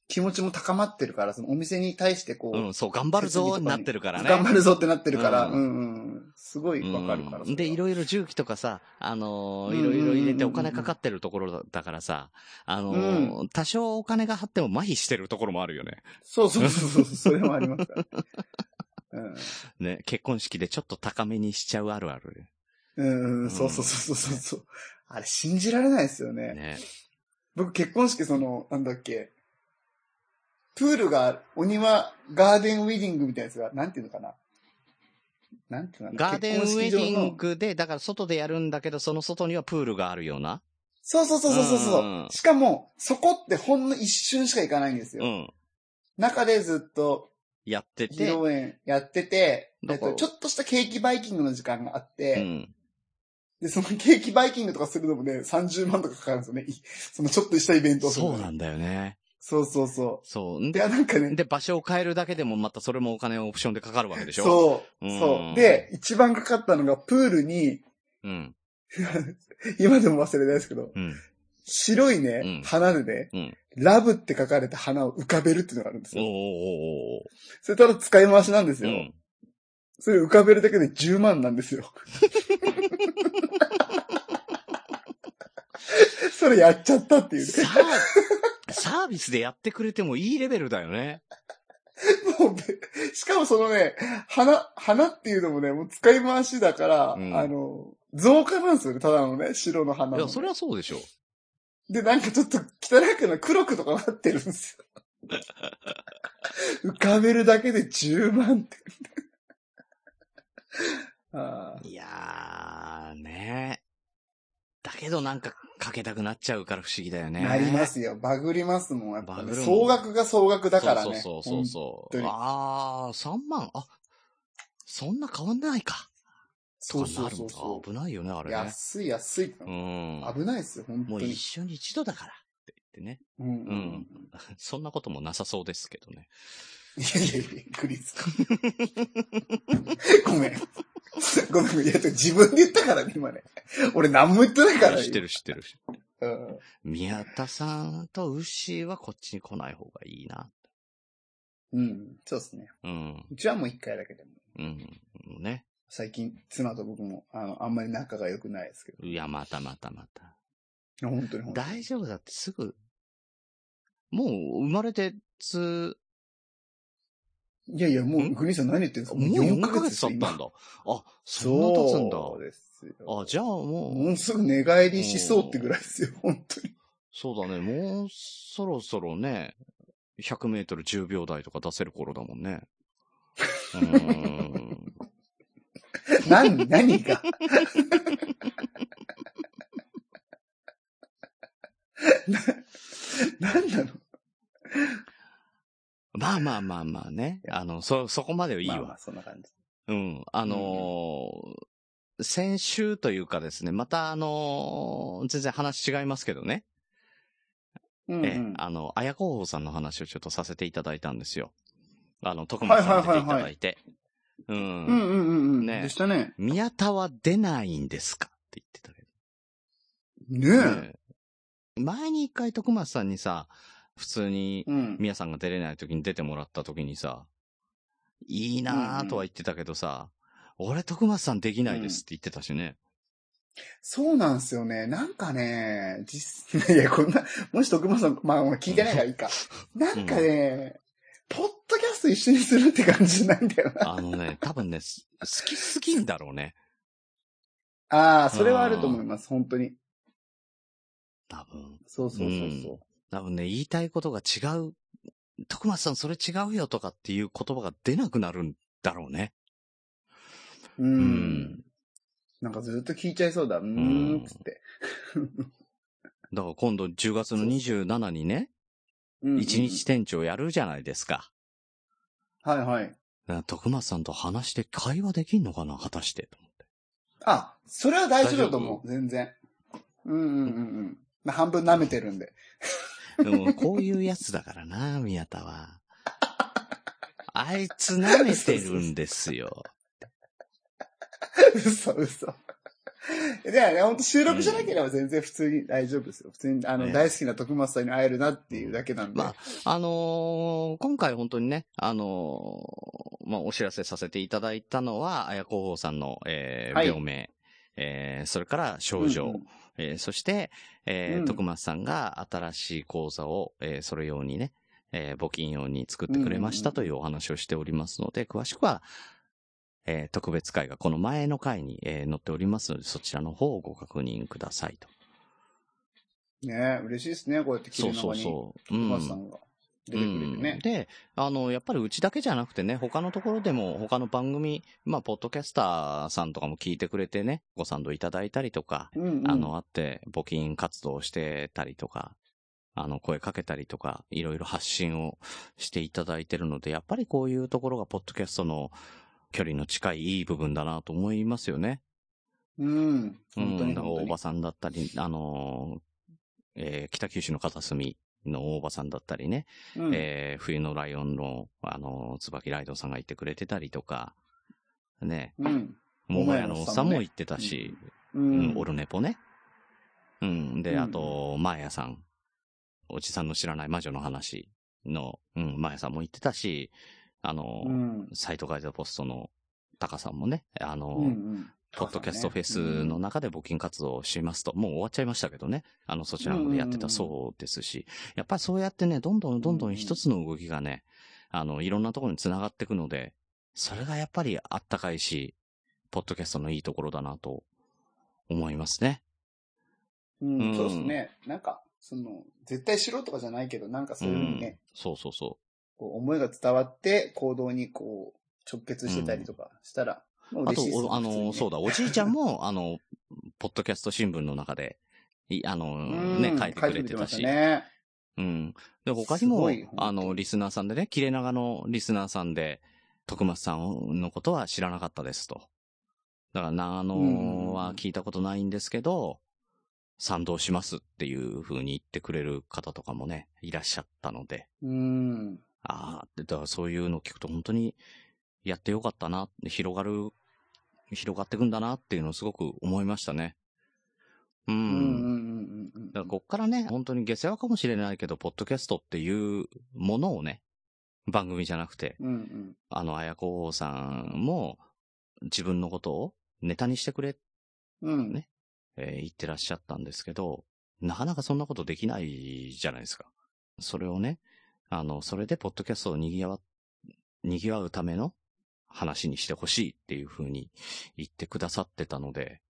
S1: 気持ちも高まってるから、そのお店に対してこう、
S3: うん、そう、頑張るぞ
S1: 設備とか
S3: に
S1: に
S3: なってるからね。
S1: 頑張るぞってなってるから、
S3: う
S1: うんん、うんうんすごいわかるから、
S3: うん、で、い
S1: い
S3: ろいろ重機とかさ、あのー
S1: う
S3: い
S1: んうん
S3: ろ
S1: うんうん
S3: いろ入れてお金かかってるところだだからさ、あのー多少お金が張っても麻痺してるところもあるよね。
S1: そうそうそうそう、それもありますから、ね。
S3: ね、結婚式でちょっと高めにしちゃうあるある。
S1: うん。うんうん、そうそうそうそうそう。あれ、信じられないですよね。
S3: ね。
S1: 僕、結婚式、その、なんだっけ、プールが、お庭、ガーデンウェディングみたいなやつが、なんていうのかな。なんていうのかな。
S3: ガーデンウェデ
S1: 結婚式
S3: ィ
S1: 場
S3: ン
S1: の
S3: グで、だから外でやるんだけど、その外にはプールがあるような。
S1: そうそうそうそ
S3: うん
S1: うそう
S3: う
S1: そ
S3: ん
S1: う。しかも、そこってほんの一瞬しか行かないんですよ。
S3: うん。
S1: 中でずっと、
S3: やって
S1: 披
S3: て。
S1: 露宴やってて、
S3: ど
S1: え
S3: こ
S1: っとちょっとしたケーキバイキングの時間があっ
S3: う
S1: て、
S3: ん。
S1: で、そのケーキバイキングとかするのもね、30万とかかかるんですよね。いそのちょっとしたイベントをする
S3: そ
S1: の
S3: う
S1: に
S3: なんだよね。
S1: そうそうそ
S3: そう。ん
S1: う。い
S3: で、
S1: や、なんかね、
S3: で、場所を変えるだけでもまたそれもお金オプションでかかるわけでしょ
S1: そう、
S3: うん
S1: そう。で、一番かかったのが、プールに、
S3: う。うん。
S1: 今でも忘れないですけど、
S3: うん。
S1: 白いね、
S3: うん
S1: 花でね、
S3: うん
S1: ラブって書かれた花を浮かべるっていうのがあるんです
S3: おーおー
S1: よ。
S3: おーお
S1: それただ使い回しなんです
S3: ー
S1: よ。
S3: うん。
S1: それ浮かべるだけで10万な
S3: <laughs>
S1: んですよ。それやっちゃったっていう
S3: サ
S1: ね。
S3: ー、サービスでやってくれてもいいレベルだよね。
S1: もうべ <laughs> しかもそのね、花、花っていうのもね、もう使い回しだから、
S3: うん
S1: あの、造花なんですよね、ただのね、白の花
S3: い
S1: の
S3: や、それはそうでしょ。
S1: で、なんかちょっと汚くな、黒くとかなってる
S3: <laughs>
S1: んですよ。浮かべるだけで10万
S3: <laughs>
S1: って。あ
S3: いやー、ねだけどなんかかけたくなっちゃうから不思議だよ
S1: あ、
S3: ね。
S1: なりますよ。バグりますもん、やっぱ、
S3: バグる
S1: ね。
S3: もん
S1: 総額が総額だからね。
S3: そうそうそうそう
S1: 本当に
S3: あー、3万。あ、そんな変わんないか。とか
S1: そうそ
S3: な
S1: う
S3: る
S1: そ
S3: ん
S1: う
S3: だ
S1: そ。う。
S3: 危ないよね、あれね。
S1: 安い安い。
S3: うん。
S1: 危ないですよ、本
S3: もう一
S1: 当に。
S3: 緒に一度だから。って言ってね。
S1: うんうん
S3: うん。そんなこともなさそうですけどね。
S1: いやいやいや、クリス。 <laughs> ごめん。ごめん、いや、自分で言ったからね、今ね。俺何も言ってないからね。
S3: 知ってる知ってる。
S1: うん。
S3: 宮田さんとウッシーはこっちに来ない方がいいな。
S1: うん、そうですね。
S3: うん。
S1: うちはもう一回だけでも。
S3: うん。ね。
S1: 最近、妻と僕も、あの、あんまり仲が良くないですけど。
S3: いや、またまたまた。
S1: いや本当に本当に。
S3: 大丈夫だってすぐ、もう生まれてつ、
S1: いやいや、も
S3: ん
S1: う、グリーンさん何言ってるんですか
S3: もう4ヶ
S1: で
S3: 月
S1: すよ
S3: 経った
S1: 今
S3: んだ。あ、そんな経つんだ。
S1: そうですよ。
S3: あ、じゃあも
S1: も
S3: う、
S1: うすぐ寝返りしそうってぐらいですよ、本当に。
S3: そうだね、もうそろそろね、100メートル10秒台とか出せる頃だもん <laughs> ね。うーん。
S1: 何、何がな、何なの
S3: まあまあまあまあね。あの、そ、そこまではいいわ。
S1: まあまあそんな感じ。
S3: うん。あのー先週というかですね、またあのー全然話違いますけどね。
S1: うん、う
S3: ええ
S1: ん。
S3: あの、綾候補さんの話をちょっとさせていただいたんですよ。あの、徳間さん出ていただいて。
S1: う
S3: うん
S1: ん。うんうんうん。
S3: ね
S1: でしたね。
S3: 宮田は出ないんですかって言ってたけど。
S1: ねえ。
S3: ねえ前に一回徳松さんにさ、普通に、
S1: うん。
S3: みやさんが出れない時に出てもらった時にさ、いいなぁとは言ってたけどさ、俺、徳松さんできないですって言ってたしね。
S1: そうなんですよね。なんかね、実、 <laughs> いや、こんな、もし徳間さん、まあ、まあ聞いてないからいいか。なんかね、ポッドキャスト一緒にするって感じじゃないんだよな。
S3: あのね、多分ね、す好きすぎんだろうね。
S1: ああ、それはあると思います、本当に。
S3: 多分。
S1: そうそうそうそう。
S3: 多分ね、言いたいことが違う。徳松さんそれ違うよとかっていう言葉が出なくなるんだろうね。
S1: うん。
S3: うん
S1: なんかずっと聞いちゃいそうだ。うー
S3: うん
S1: ん、つって。
S3: だから今度10月の27にね、
S1: うん
S3: 一日。店長やるじゃないですか。
S1: はいはい。
S3: だから徳松さんと話して会話できんのかな果たして。
S1: あ、それは大丈夫だ
S3: 大
S1: と思う。全然。うんうんうんうんまあ。半分舐めてるんで。 <laughs>
S3: でもこういうやつだからな、宮田
S1: <laughs>
S3: は。あいつ舐めてるんですよ。
S1: 嘘嘘。じゃあね、ほんと収録じゃなければ全然普通に大丈夫ですよ。普通に、あ
S3: ええ
S1: の、大好きな徳松さんに会えるなっていうだけなんで。
S3: まあのー今回本当にね、あのーまあ、お知らせさせていただいたのは、綾子坊さんの、えー
S1: はい
S3: 病名、えーそれから症状、
S1: うんうん
S3: えーそして、えー
S1: うん
S3: 徳松さんが新しい講座を、えーそれ用にね、えー募金用に作ってくれましたというお話をしておりますので、詳しくは、えー特別会がこの前の回に、えー載っておりますので、そちらの方をご確認くださいと。
S1: ね嬉しいですね、こうやって切
S3: そう
S1: りの
S3: そ
S1: 場
S3: う
S1: に
S3: そう。う
S1: 徳
S3: ん
S1: 松さんが出てく
S3: う
S1: れて
S3: ん
S1: ね。
S3: で、あの、やっぱりうちだけじゃなくてね、他のところでも、他の番組、まあ、ポッドキャスターさんとかも聞いてくれてね、ご賛同いただいたりとか、
S1: うん、うん。
S3: あの、あって、募金活動をしてたりとか、あの、声かけたりとか、いろいろ発信をしていただいてるので、やっぱりこういうところが、ポッドキャストの距離の近いいい部分だなと思いますよね。
S1: うん。本当
S3: うん、
S1: に
S3: だから
S1: 本
S3: 大
S1: 当に
S3: 場。さんだったり、あのーえー北九州の片隅の大場さんだったりね、
S1: うん
S3: えー冬のライオンの、あの、椿ライドさんが言ってくれてたりとか、ね、
S1: うん。
S3: 桃屋のお
S1: 桃屋のお
S3: っ
S1: っ
S3: さ
S1: さ
S3: ん
S1: んもね
S3: も言ってたし、
S1: う
S3: うん
S1: ん。
S3: オルネポね。うん、
S1: う
S3: で、
S1: ん
S3: あと、マーヤさん、おじさんの知らない魔女の話の、うん、マーヤさんも言ってたし、あの、
S1: うん。
S3: サイトガイドポストのタカさんもね、あの、
S1: うんうん。
S3: ポッドキャストフェスの中で募金活動をしますと、もう終わっちゃいましたけどね。あの、そちらの方でやってたそうですし、やっぱりそうやってね、どんどんどんどん一つの動きがね、あの、いろんなところに繋がっていくので、それがやっぱりあったかいし、ポッドキャストのいいところだなと思いますね。
S1: うん。
S3: うん
S1: そうですね。なんか、その、絶対しろとかじゃないけど、なんかそういうふうにね、
S3: そうそうそ
S1: こう思いが伝わって行動にこう直結してたりとかしたら、もう
S3: う。あ
S1: 嬉
S3: と、
S1: しいです
S3: お
S1: ね
S3: あ
S1: 普通に
S3: の、
S1: ね
S3: そうだ、おじいちゃんも、あ <laughs> の、ポッドキャスト新聞の中で、いあの、
S1: うん
S3: ね、書いてくれてた
S1: 書い
S3: し。
S1: まね。
S3: うん。で、他に
S1: す
S3: も
S1: ごい本、当
S3: あの、リスナーさんでね、切れ長のリスナーさんで、徳松さんのことは知らなかったですと。だから、長野は聞いたことないんですけど、賛同しますっていう風に言ってくれる方とかもね、いらっしゃったので、
S1: うん。
S3: ああ、だからそういうのを聞くと本当にやってよかったな、広がる、広がってくんだなっていうのをすごく思いましたね。う
S1: うんうん
S3: ん
S1: うんうんうん。
S3: だからこっからね、本当に下世話かもしれないけど、ポッドキャストっていうものをね、番組じゃなくて、
S1: うんうん。
S3: あの、綾子王さんも自分のことをネタにしてくれ、
S1: うん。
S3: ねえー言ってらっしゃったんですけど、なかなかそんなことできないじゃないですか。それをね、あの、それでポッドキャストを賑わ、賑わうための話にしてほしいっていうふうに言ってくださってたので、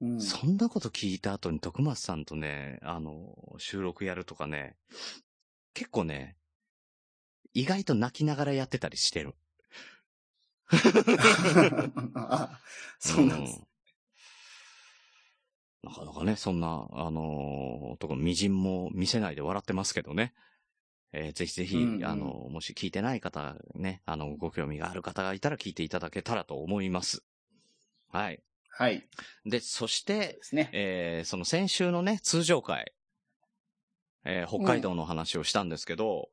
S1: うん。
S3: そんなこと聞いた後に徳松さんとね、あの、収録やるとかね、結構ね、意外と泣きながらやってたりしてる。
S1: <laughs> あそうなんです。
S3: うんなかなかね、そんな、あのー、とか、微塵も見せないで笑ってますけどね。えーぜひぜひ、
S1: うんうん
S3: あの、もし聞いてない方、ね、あの、ご興味がある方がいたら聞いていただけたらと思います。はい。
S1: はい。
S3: で、そして
S1: で、すね。
S3: えーその先週のね、通常会、えー北海道の話をしたんですけど、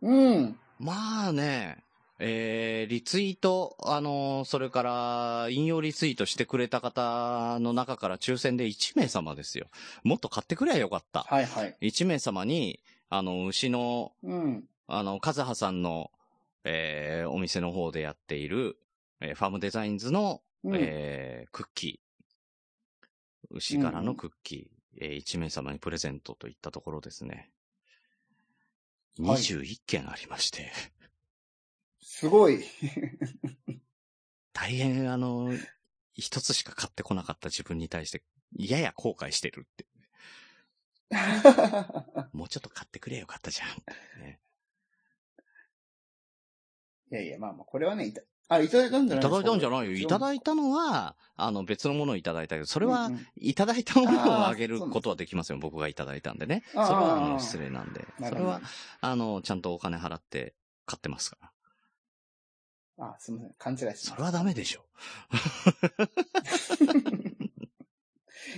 S1: うん。
S3: まあね、えー、リツイート、あのーそれから、引用リツイートしてくれた方の中から抽選で1名様ですよ。もっと買ってくれゃよかった。
S1: はいはい。
S3: 1名様に、あの、牛の、
S1: うん。
S3: あの、カズハさんの、えーお店の方でやっている、えーファームデザインズの、
S1: うん
S3: えークッキー。牛柄のクッキー、えー1名様にプレゼントといったところですね。
S1: はい
S3: 21件ありまして、 <laughs>
S1: すごい。 <laughs>
S3: 大変あの、一つしか買ってこなかった自分に対して、やや後悔してるって。もうちょっと買ってくれよかったじゃんってね。
S1: いやいや、まあまあ、これはね、いた、あ、いただいたんじゃ
S3: い
S1: な
S3: た
S1: い
S3: だいたんじゃないよ。いただ
S1: い
S3: いたのは、あの別のものをいただいたけど、そ
S1: そ
S3: れは、いただいたものをあげる
S1: あーそうなんだ
S3: ことはできますよ。僕がいただいたんでね。そ
S1: あ
S3: れ
S1: ー
S3: はあの失礼なんで。
S1: な
S3: そ
S1: る
S3: れ
S1: ほど
S3: は、あの、ちゃんとお金払って買ってますから。
S1: あ、すみません。勘違いしました。
S3: それはダメでしょ。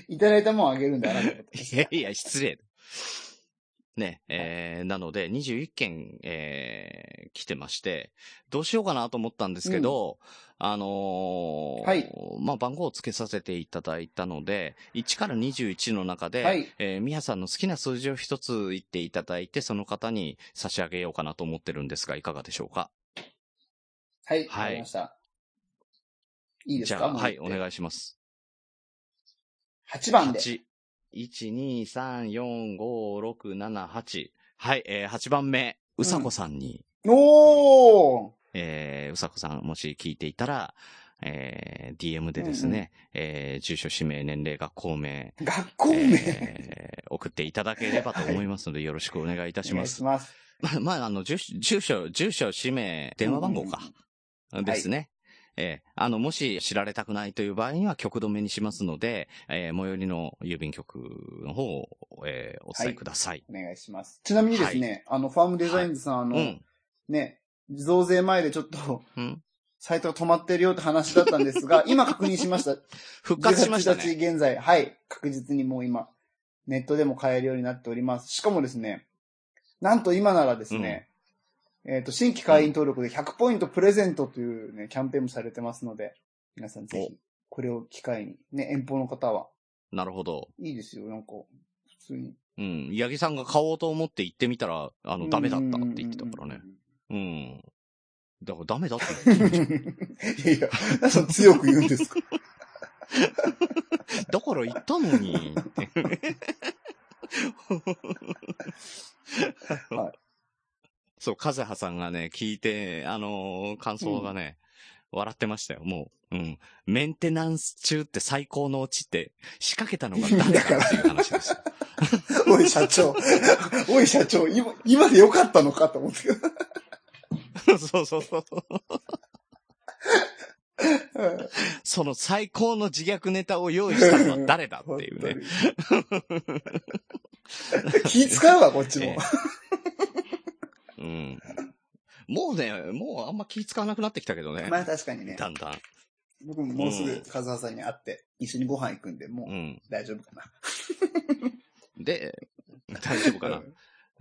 S1: いただいたもんあげるんだなってことです
S3: いやいや、失礼。ね、えー、なので、21件、えー、来てまして、どうしようかなと思ったんですけど、あのー
S1: はい
S3: まあ、番号をつけさせていただいたので、1から21の中で、
S1: はい
S3: えー、みやさんの好きな数字を一つ言っていただいて、その方に差し上げようかなと思ってるんですが、いかがでしょうか
S1: はい、わ
S3: はい
S1: かりました。いいです
S3: じ
S1: か
S3: ゃあ、はい、お
S1: い。
S3: 願いします。
S1: 8番で。
S3: 8。1、2、3、4、5、6、7、8。はい、えー、8番目、うさこさんに、
S1: おー
S3: えー、うさこさん、もし聞いていたら、えー、DM でですね、えー、住所、氏名、年齢、学校名、
S1: 学校名。
S3: えー送っていただければと思いますので、よろしくお願いいたし
S1: お
S3: ま
S1: 願い
S3: す
S1: <laughs> し。ます。
S3: ままあ、あの、住所住所、住所、氏名、電話番号か。ですね。えーあの、もし知られたくないという場合には曲止めにしますので、えー最寄りの郵便局の方を、えーお伝えください。
S1: お願いします。ちなみにですね、あの、ファームデザインズさん、あの、
S3: うん。
S1: ね、増税前でちょっと、
S3: うん
S1: サイトが止まってるよって話だったんですが、今確認しました。
S3: 復活しました
S1: 18
S3: ね。
S1: 現在、はい、確実にもう今、ネットでも買えるようになっております。しかもですね、なんと今ならですね、えっ、と、新規会員登録で100ポイントプレゼントというね、キャンペーンもされてますので、皆さんぜひ、これを機会に、ね、遠方の方は、
S3: なるほど。
S1: いいですよ、なんか、普通に。
S3: うん。八木さんが買おうと思って行ってみたら、あの、ダメだったって言ってたからね
S1: う。
S3: う
S1: ん
S3: ん。だからダメだって
S1: う
S3: 言
S1: ん
S3: っ
S1: うん
S3: てた。
S1: うん。いやいや、なんか強く言うんですか
S3: だから言ったのに。
S1: <laughs> はい
S3: そう、カズハさんがね、聞いて、あのー感想がね、笑ってましたよ、もう。うん。メンテナンス中って最高のオチって、仕掛けたのが誰かっていう話ですよ。
S1: おい社長、おい社長、今、今でよかったのかと思って。 <laughs>
S3: そうそうそう。その最高の自虐ネタを用意したのは誰だっていうね。
S1: 本当に。
S3: <laughs>
S1: 気使うわ、こっちも。
S3: ええうん。もうね、もうあんま気使わなくなってきたけどね。
S1: まあ確かにね。
S3: だんだん。
S1: 僕ももうすぐ、和葉さんに会って、一緒にご飯行くんで、も
S3: う。
S1: うん大丈夫かな。
S3: で、大丈夫
S1: <laughs>
S3: かな。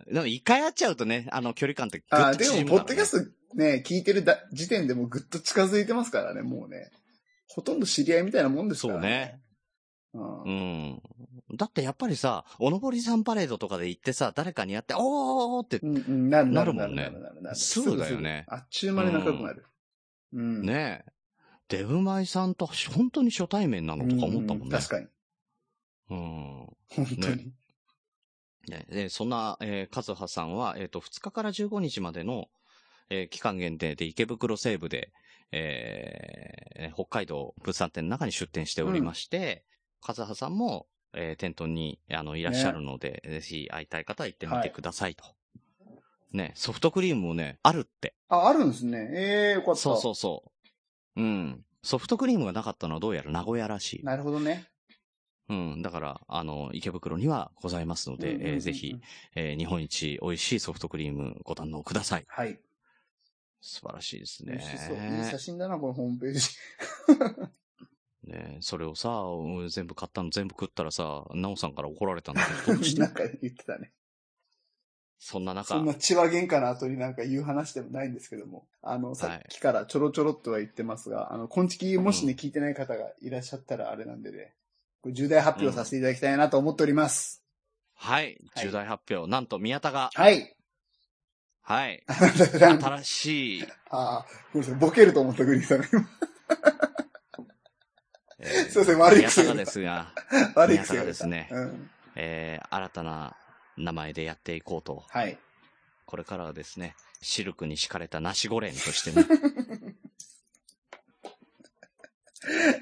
S3: でも一回会っちゃうとね、あの距離感ってぐ
S1: あ
S3: っ
S1: あ、
S3: と
S1: で
S3: 縮
S1: も、
S3: む
S1: ポ
S3: から、ね。
S1: ッドキャストね、聞いてるだ時点でもうぐっと近づいてますからね、もうね。ほとんど知り合いみたいなもんですからね。そう。
S3: うんん。だってやっぱりさ、おのぼりさんパレードとかで行ってさ、誰かに会って、おーおーおーって
S1: うん、うん、なるなる
S3: なるもんね
S1: なるなるなる
S3: そうだよね
S1: すぐすぐあっちゅう間に仲良くなる。うん。。
S3: ねえ。デブマイさんと本当に初対面なのとか思ったもんね。
S1: 確かに。
S3: うん。
S1: 本当に。
S3: ねでそんな、えー、カズハさんは、えっ、と、2日から15日までの、えー期間限定で池袋西部で、えー北海道物産展の中に出店しておりまして、カズハさんも、えー店頭に、あの、いらっしゃるので、ぜひ会いたい方は行ってみてくださいと。ね、ソフトクリームもね、あるって。
S1: あ、あるんですね。ええよかった。
S3: そうそうそう。うん。ソフトクリームがなかったのはどうやら名古屋らしい。
S1: なるほどね。
S3: うん。だから、あの、池袋にはございますので、
S1: うんうんうんうん
S3: えーぜひ、。えー日本一美味しいソフトクリームご堪能ください。
S1: はい。
S3: 素晴らしいです
S1: 美
S3: ね
S1: 味しそう。いい写。真だな、このホームページ。
S3: ねそれをさ、うん全部
S1: <laughs>
S3: 買ったの全部食ったらさ、ナオさんから怒られたんだけど、どうし
S1: な
S3: た
S1: んか言ってたね。
S3: そんな中
S1: そん、な血は喧嘩の後になんか言う話でもないんですけども、あの、さっきからちょろちょろっとは言ってますが、あの、昆虫もしね、聞いてない方がいらっしゃったらあれなんでね、これ重大発表させていただきたいなと思っております。
S3: はい、
S1: はい
S3: 重大発表。なんと宮田が、
S1: はい。 <laughs>
S3: はい、
S1: あなたなんか
S3: 新しい、
S1: あー、ごめんなさい、ボケると思ったグリーンさんが今。
S3: えー
S1: すいません悪い
S3: 宮
S1: 癖
S3: 田がですが、
S1: 悪い癖
S3: 宮田が
S1: が
S3: で
S1: 出
S3: す
S1: た
S3: ね
S1: うん。
S3: えー新たな名前でやっていこうと、
S1: はい。
S3: これからはですね、シルクに敷かれたナシゴレンとして
S1: <laughs>
S3: ね、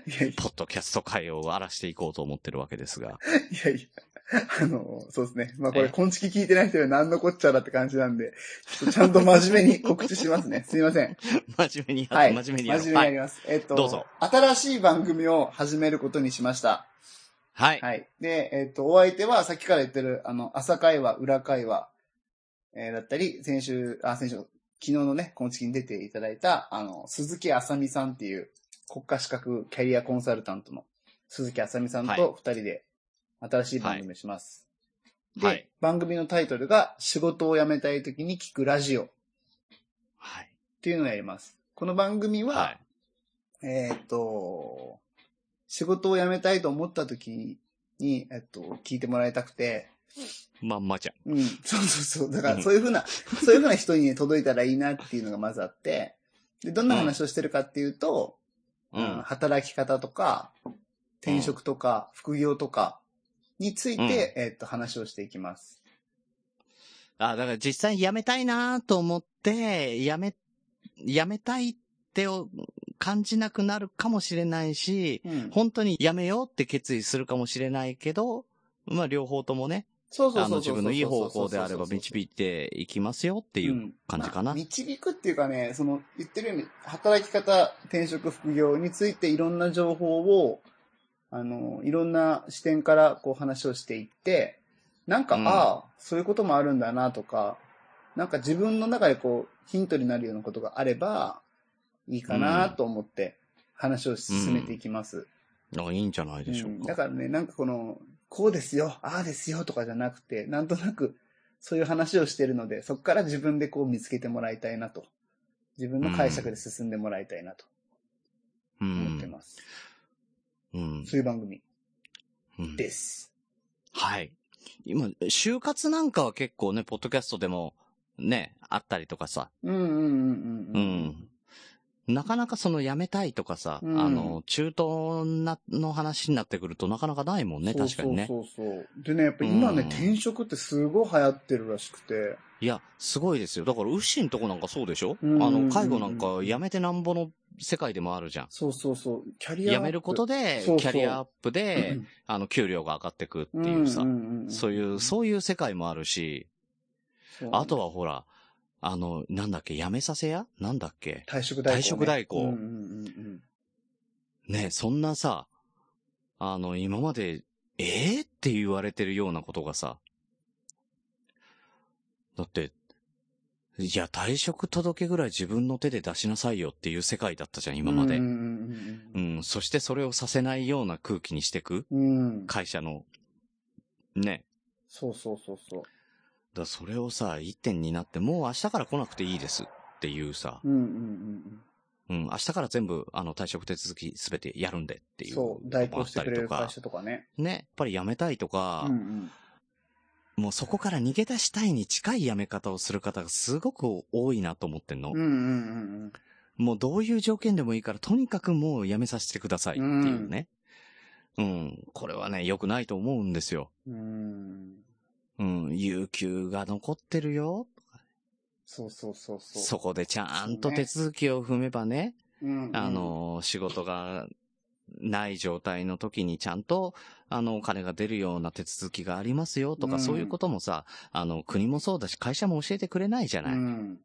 S1: いやい
S3: ポッドキャスト界を荒らしていこうと思ってるわけですが、
S1: やいや。あの、そうですね。まあこ
S3: え
S1: れ、
S3: え
S1: 昆虫聞いてない人は何のこっちゃだって感じなんで、ちょっとちゃんと真面目に告知しますね。すいません。
S3: 真面目にや、
S1: はい。
S3: 真面目にやろう
S1: 真面目にやります。えっと、
S3: どうぞ
S1: 新しい番組を始めることにしました。
S3: はい。はい。
S1: はい。で、えっと、お相手はさっきから言ってる、あの、朝会話、裏会話、えーだったり、先週、あ、先週、昨日のね、このチキに出ていただいた、あの、鈴木あさみさんっていう、国家資格キャリアコンサルタントの鈴木あさみさん
S3: はい
S1: と二人で、新しい番組をします。で、
S3: はい
S1: 番組のタイトルが、仕事を辞めたい時に聞くラジオっていうのをやります。この番組は、
S3: はい。
S1: えーっと、仕事を辞めたいと思った時に、えっと、聞いてもらいたくて、
S3: まんまちゃん。
S1: うん、そうそうそう。だか
S3: うん
S1: ら、そういうふうな、そういうふうな人に届いたらいいなっていうのがまずあって、で、どんな話をしてるかっていうと、
S3: う
S1: うん
S3: ん。
S1: 働き方とか、転職とか、副業とかについて、えっと、話をしていきます。
S3: あ、だから実際辞めたいなと思って、辞め、辞めたいってを感じなくなるかもしれないし、
S1: うん。
S3: 本当に辞めようって決意するかもしれないけど、まあ両方ともね、
S1: そうそうそうそう
S3: あの自分のいい方向であれば導
S1: い
S3: いていきますよっていう感じかな。
S1: まあ導くっていうかね、その言ってるように、働き方、転職、副業についていろんな情報を、あの、いろんな視点からこう話をしていって、なんか、
S3: うん
S1: ああ、そういうこともあるんだなとか、なんか自分の中でこう、ヒントになるようなことがあれば、いいかなと思って話を進めていきます。
S3: あいいんじゃないでしょ
S1: うん
S3: うか。
S1: だからね、なんかこの、こうですよ、ああですよとかじゃなくて、なんとなく、そういう話をしてるので、そこから自分でこう見つけてもらいたいなと。自分の解釈で進んでもらいたいなと
S3: う
S1: 思って
S3: ん。
S1: ます。
S3: うん。
S1: そういう番組
S3: うん
S1: です。
S3: はい。今、就活なんかは結構ね、ポッドキャストでもね、あったりとかさ、
S1: うんうんうんうん。
S3: うん。なかなかその辞めたいとかさ、
S1: うん
S3: あの、中東な、の話になってくるとなかなかないもんね、
S1: そう
S3: 確かにね。
S1: そうそうそう。でね、やっぱ今ね、
S3: うん
S1: 転職ってすごい流行ってるらしくて。
S3: いや、すごいですよ。だから、ウッシーのとこなんかそうでしょ、
S1: うん
S3: あの、介護なんか辞めてなんぼの世界でもあるじゃん。
S1: そうそうそう。キャリアアッ
S3: 辞
S1: プ。
S3: めることで、
S1: そうそう
S3: キャリアアップで、
S1: うん
S3: あの、給料が上がってくって
S1: うん
S3: い
S1: うん
S3: う
S1: う
S3: さ、
S1: ん、
S3: そういう、そういう世界もあるし、
S1: そう
S3: あとはほら、あの、なんだっけ、辞めさせやなんだっけ
S1: 退職代行、
S3: 退
S1: ね。
S3: 職代行
S1: うんうんうんうん。
S3: ねえそんなさ、あの、今まで、ええって言われてるようなことがさ、だって、いや、退職届ぐらい自分の手で出しなさいよっていう世界だったじゃん、今まで。
S1: う
S3: うんん、
S1: うん
S3: そしてそれをさせないような空気にしてく
S1: うんうん。うん。
S3: 会社の、ね。
S1: そうそうそうそう。
S3: だからそれをさ、一点になって、もう明日から来なくていいですっていうさ、
S1: うんうんうん
S3: うん、明日から全部、あの、退職手続きすべてやるんでって
S1: うん。
S3: いう。
S1: そう、代行してくれる会社とかね。
S3: ね。やっぱり辞めたいと
S1: う
S3: か、
S1: んうん。
S3: もうそこから逃げ出したいに近いやめ方をする方がすごく多いなと思ってんの。
S1: うんうん
S3: もうどういう条件でもいいから、とにかくもうやめさせてくださいっていうね。うん。これはね、良くないと思うんですよ。
S1: うんうん。うん。
S3: うん。有給が残ってるよ。
S1: そうそうそうそう。
S3: そこでちゃんと手続きを踏めばね、
S1: うんうん
S3: あ、の、仕事がない状態の時にちゃんと、あの、お金が出るような手続きがありますよとか、
S1: うん
S3: そういうこともさ、あの、国もそうだし、会社も教えてくれないじゃ
S1: う
S3: ない。
S1: ん。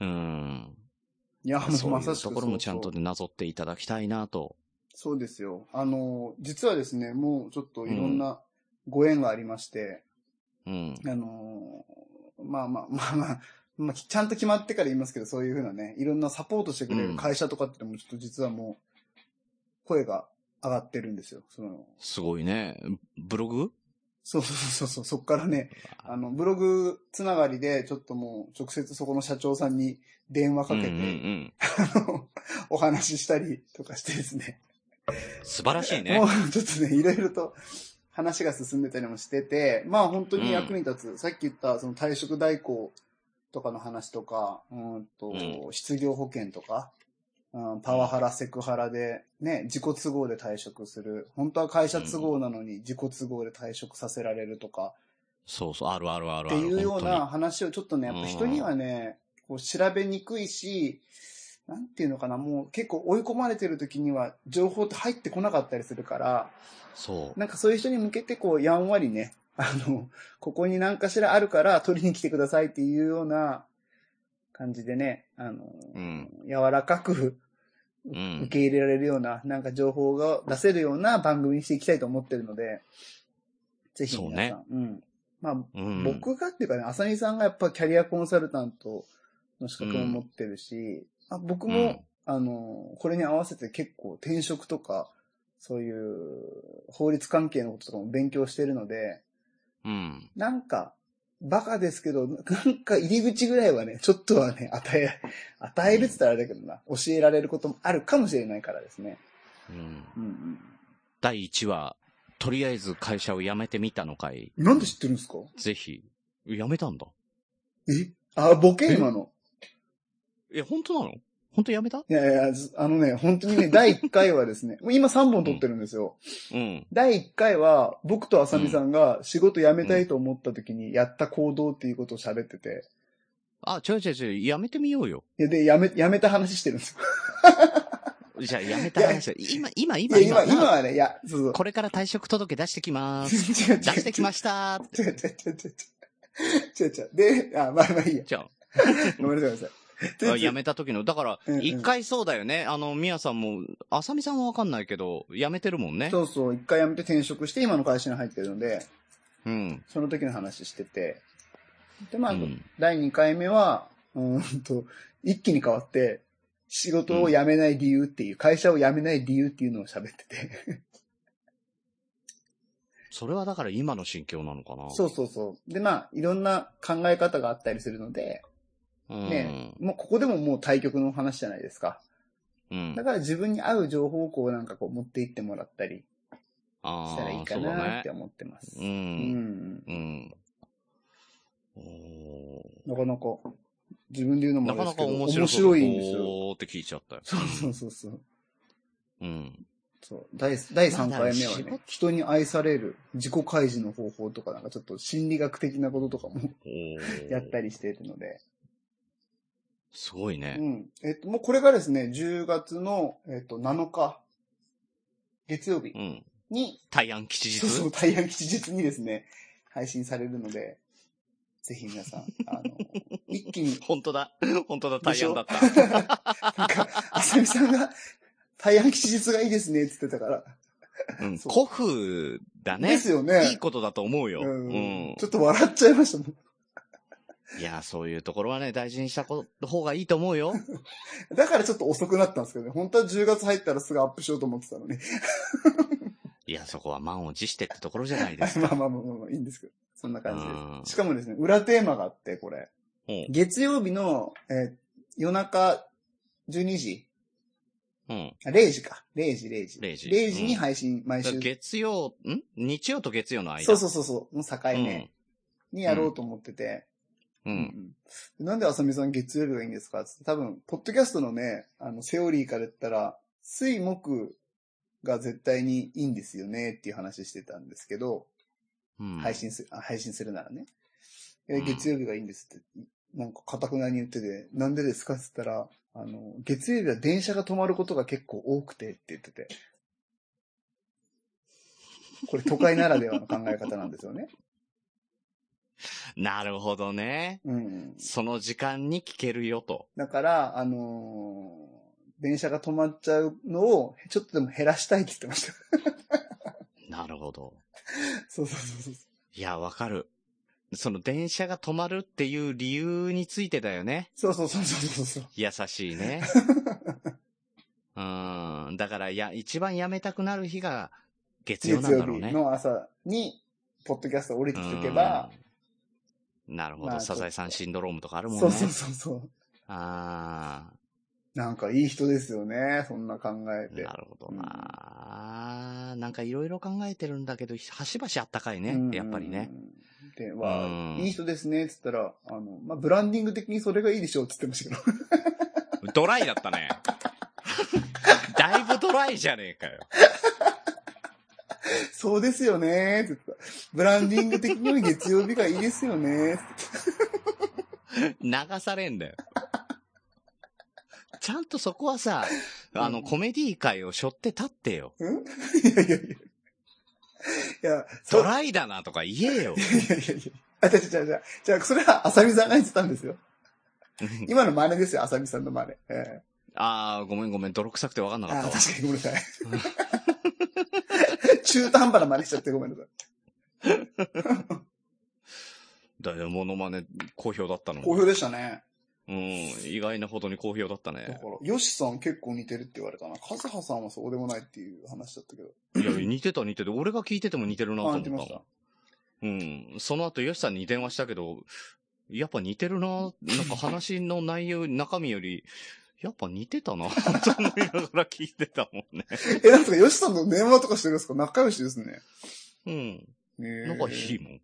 S3: うん
S1: いや、も
S3: そうう
S1: ま
S3: い
S1: さ
S3: う
S1: しくそ
S3: と
S1: う
S3: ころもちゃんと
S1: そう
S3: ねなぞっていただきたいなと。
S1: そうですよ。あの、実はですね、もうちょっといろんなご縁がありまして、
S3: うん。
S1: あの、まあまあまあまあ、まあ、ちゃんと決まってから言いますけど、そういうふうなね、いろんなサポートしてくれる会社とかってのもちょっと実はもう、声が上がってるんですよ。その、
S3: すごいね。ブログ
S1: そうそうそうそう、そっからね、あの、ブログつながりで、ちょっともう、直接そこの社長さんに電話かけて、
S3: うんうんうん。
S1: あのお話ししたりとかしてですね。
S3: 素晴らしい
S1: も
S3: ね。
S1: うちょっとね、いろいろと話が進んでたりもしてて、まあ本当に役に立つ、さっき言ったその退職代行とかの話とか、うんと、
S3: う
S1: 失業保険とか、うん、パワハラ、セクハラで、ね、自己都合で退職する。本当は会社都合なのに自己都合で退職させられるとか、
S3: そうそう、あるあるある
S1: っ
S3: あ
S1: て
S3: る。
S1: いうような
S3: 本
S1: 話をちょっとね、やっぱ人にはね、こう調べにくいし、なんていうのかな、もう結構追い込まれてる時には情報って入ってこなかったりするから、
S3: 当にそう。
S1: なんかそういう人に向けてこう、やんわりね、あの、ここに何かしらあるから取りに来てくださいっていうような感じでね、あの、
S3: うん。
S1: 柔らかく
S3: う
S1: 受
S3: ん。
S1: け入れられるような、なんか情報が出せるような番組にしていきたいと思ってるので、ぜひ皆さん、うん。まあ、
S3: うん、
S1: 僕がっていうかね、浅見さんがやっぱキャリアコンサルタントの資格も持ってるし、あ僕も、
S3: うん
S1: あの、これに合わせて結構転職とか、そういう法律関係のこととかも勉強してるので、
S3: うん。
S1: なんか、バカですけど、なんか入り口ぐらいはね、ちょっとはね、与え、与えるって言ったらあれだけどな、教えられることもあるかもしれないからですね。
S3: うん。
S1: うんうん。
S3: 第1話、とりあえず会社を辞めてみたのかい。
S1: なんで知ってるんですか
S3: ぜひ。辞めたんだ。
S1: えあ、ボケ
S3: え
S1: 今の。
S3: え、本当なの本当辞めた
S1: いやいや、ずあのね、本当にね、 <laughs> 第1回はですね、もう今3本撮ってるんですよ。
S3: うん。
S1: 第1回は、僕とあさみさんが仕事辞めたいと思った時にやった行動っていうことを喋ってて、
S3: あ、違う違う違う、辞めてみよ
S1: <laughs>
S3: うよ。
S1: いやで、辞め、辞めた話してるんです
S3: <laughs> じゃあ辞めた話だ。今、今、今、
S1: よ。いや、今、今
S3: 今
S1: はね、いや、そうそう。
S3: これから退職届出してきま
S1: <laughs>
S3: す。
S1: 違う違う違う
S3: 出してきま
S1: <laughs>
S3: したって。
S1: 違う違う違う違う違う違う。で、あ、まあまあいいや。
S3: じゃあ、
S1: <laughs> ごめんなさい、ごめんなさい。
S3: あ
S1: で
S3: 辞めた時の、だから
S1: うんう、ん
S3: 一回そうだよね。あの、みやさんも、あさみさんはわかんないけど、辞めてるもんね。
S1: そうそう、一回辞めて転職して今の会社に入ってるので、
S3: うん。
S1: その時の話してて。で、まあ、
S3: うん
S1: 第2回目は、うーんと、一気に変わって、仕事を辞めない理由っていう、会社を辞めない理由っていうのを喋ってて。
S3: それはだから今の心境なのかな。
S1: そうそうそう。で、まあ、いろんな考え方があったりするので、
S3: うん。
S1: ね、もうここでももう対局の話じゃないですか。
S3: うん
S1: だ。から自分に合う情報をこうなんかこう持っていってもらったり
S3: あ
S1: したらいい
S3: あ、
S1: か
S3: そうだ
S1: なっ
S3: ね
S1: て。思ってます。
S3: う。
S1: うんん。
S3: うん。おー
S1: なかなか、自分で言うのもあ
S3: な
S1: れ
S3: かな
S1: ですけ
S3: か
S1: ど、
S3: 面
S1: 面
S3: 白
S1: 白
S3: い。
S1: いんですよ。
S3: おーって聞いちゃったよ。
S1: そうそうそうそう。
S3: うん。
S1: そう。第、第3回目
S3: まあだ
S1: は
S3: から仕事
S1: ね、人に愛される自己開示の方法とか、なんかちょっと心理学的なこととかも
S3: おー
S1: やったりしているので。
S3: すごいうね。
S1: ん。えっと、もうこれがですね、10月の、えっと、7日、月曜日
S3: うん。
S1: に、
S3: 大安吉日
S1: そうそう、大安吉日にですね、配信されるので、ぜひ皆さん、
S3: <laughs>
S1: あの、一気に、
S3: 本当だ。 <laughs> 本当だ、大安だった。
S1: なんか、あさみさんが、大安吉日がいいですね、って言ってたから。
S3: うん。
S1: <laughs> そ
S3: 古
S1: う
S3: 風だね。
S1: ですよね。
S3: いいことだと思うよ。う
S1: うん
S3: ん。
S1: ちょっと笑っちゃいましたもん。
S3: いや、そういうところはね、大事にしたこ方がいいと思う
S1: <laughs>
S3: よ。
S1: だからちょっと遅くなったんですけどね。本当は10月入ったらすぐアップしようと思ってたのに。 <laughs>
S3: いや、そこは満を持してってところじゃないです
S1: まあ
S3: か。
S1: まあまあまあまあ、いいんですけど。そんな感じ
S3: うん
S1: です。しかもですね、裏テーマがあって、これ。
S3: うん。
S1: 月曜日の、えー夜中12時、 <laughs>
S3: うん。
S1: あ0時か。0時、0時。
S3: 0時
S1: に配信、毎
S3: だから
S1: 週。
S3: 月曜、ん日曜と月曜の間。
S1: そうそうそうそう、の境目にやろうと思ってて。
S3: うん。うん。
S1: うんなんで浅見さん月曜日がいいんですかつって多分、ポッドキャストのね、あの、セオリーから言ったら、水木が絶対にいいんですよねっていう話してたんですけど、
S3: うん
S1: 配信する、あ配信するならね。え
S3: うん
S1: 月曜日がいいんですって、なんか固くなに言ってて、なんでですかって言ったら、あの、月曜日は電車が止まることが結構多くてって言ってて。これ都会ならではの考え方なんですよ
S3: <laughs>
S1: ね。
S3: なるほどね。
S1: うんうん。
S3: その時間に聞けるよと。
S1: だから、あのー電車が止まっちゃうのを、ちょっとでも減らしたいって言ってました。 <laughs>
S3: なるほど。
S1: そうそうそうそう。
S3: いや、わかる。その電車が止まるっていう理由についてだよね。
S1: そうそうそうそうそうそう。
S3: 優しい
S1: <laughs>
S3: ね。うん。だから、や、一番やめたくなる日が月曜なんだろうね。
S1: の朝にポッドキャスト降りてきとけば、
S3: うんなるほ
S1: ま
S3: ど。
S1: あちょ
S3: サ
S1: っと
S3: ザエさんシンドロームとかあるもんね。
S1: そうそうそうそう。
S3: あ
S1: なんかいい人ですよね、そんな考え
S3: あ、
S1: て
S3: な。るほどな。なんかいろいろ考えてるんだけど、端々あったかい
S1: うん
S3: ね。やっぱりね。。
S1: で、
S3: うん
S1: は、いい人ですね、っつったら、あの、まあ、ブランディング的にそれがいいでしょうっつってましたけど。 <laughs>
S3: ドライだったね。だいぶドライじゃねえかよ。
S1: そうですよね、って言ってた。ブランディング的には月曜日がいいですよね、って
S3: 流されんだよ。 <laughs> ちゃんとそこはさ、あの、コメディ界を背負って立ってよ。
S1: 言ってたいやいやいや。いや、そ
S3: ド
S1: う、い
S3: ライだなとか言えよ。
S1: やいやいや。あ、じゃじゃじゃじゃそれは、あさみさんが言ってたんですよ。今の真似ですよ、あさみさんの真似。え
S3: ああ、ごめんごめん、泥臭くて分かん
S1: え
S3: な
S1: あ
S3: かっ
S1: ー
S3: たわ。
S1: 確かにごめんなさい。 <laughs> 中途半端な真似しちゃってごめんなさい。
S3: だよ、モノマネ好評だったの。
S1: 好評でしたね。
S3: うん、意外なほどに好評だった
S1: だか
S3: ね。
S1: ら、ヨシさん結構似てるって言われたな。カズハさんはそうでもないっていう話だったけど。
S3: いや、似てた似てた。俺が聞いてても似てるなと
S1: あ、
S3: 思っ
S1: 似
S3: た
S1: て
S3: も
S1: ま
S3: ん
S1: した。
S3: うん。その後、ヨシさんに電話したけど、やっぱ似てるな。なんか話の内容、中身より、やっぱ似てたな。と思いながら聞いてたもんね。
S1: え、なんですか、ヨシさんの電話とかしてるんですか仲良しですね。
S3: うん。
S1: な
S3: なんかいいもん。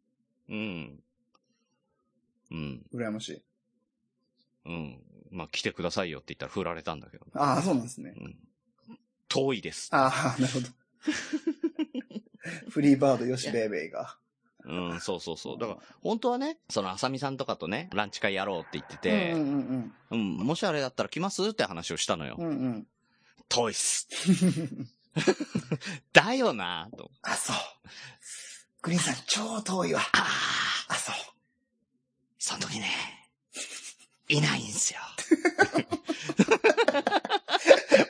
S3: うん。うん。
S1: 羨ましい。
S3: うん。まあ、来てくださいよって言ったら振られたんだけど。
S1: ああ、そうなんですね。
S3: うん。遠いです。
S1: ああ、なるほど。 <laughs> フリーバード、ヨシベイベイが。
S3: うん、そうそうそう。だから、本当はね、その、あさみさんとかとね、ランチ会やろうって言って
S1: うん
S3: て、
S1: うん
S3: うん、もしあれだったら来ますって話をしたのよ。
S1: うん。うんうん。
S3: 遠いっ <laughs> す。だよなと。
S1: あ、そう。グリーンさん、超遠いわ。
S3: ああ、
S1: あ、そう。
S3: その時ね、いないん <laughs> すよ。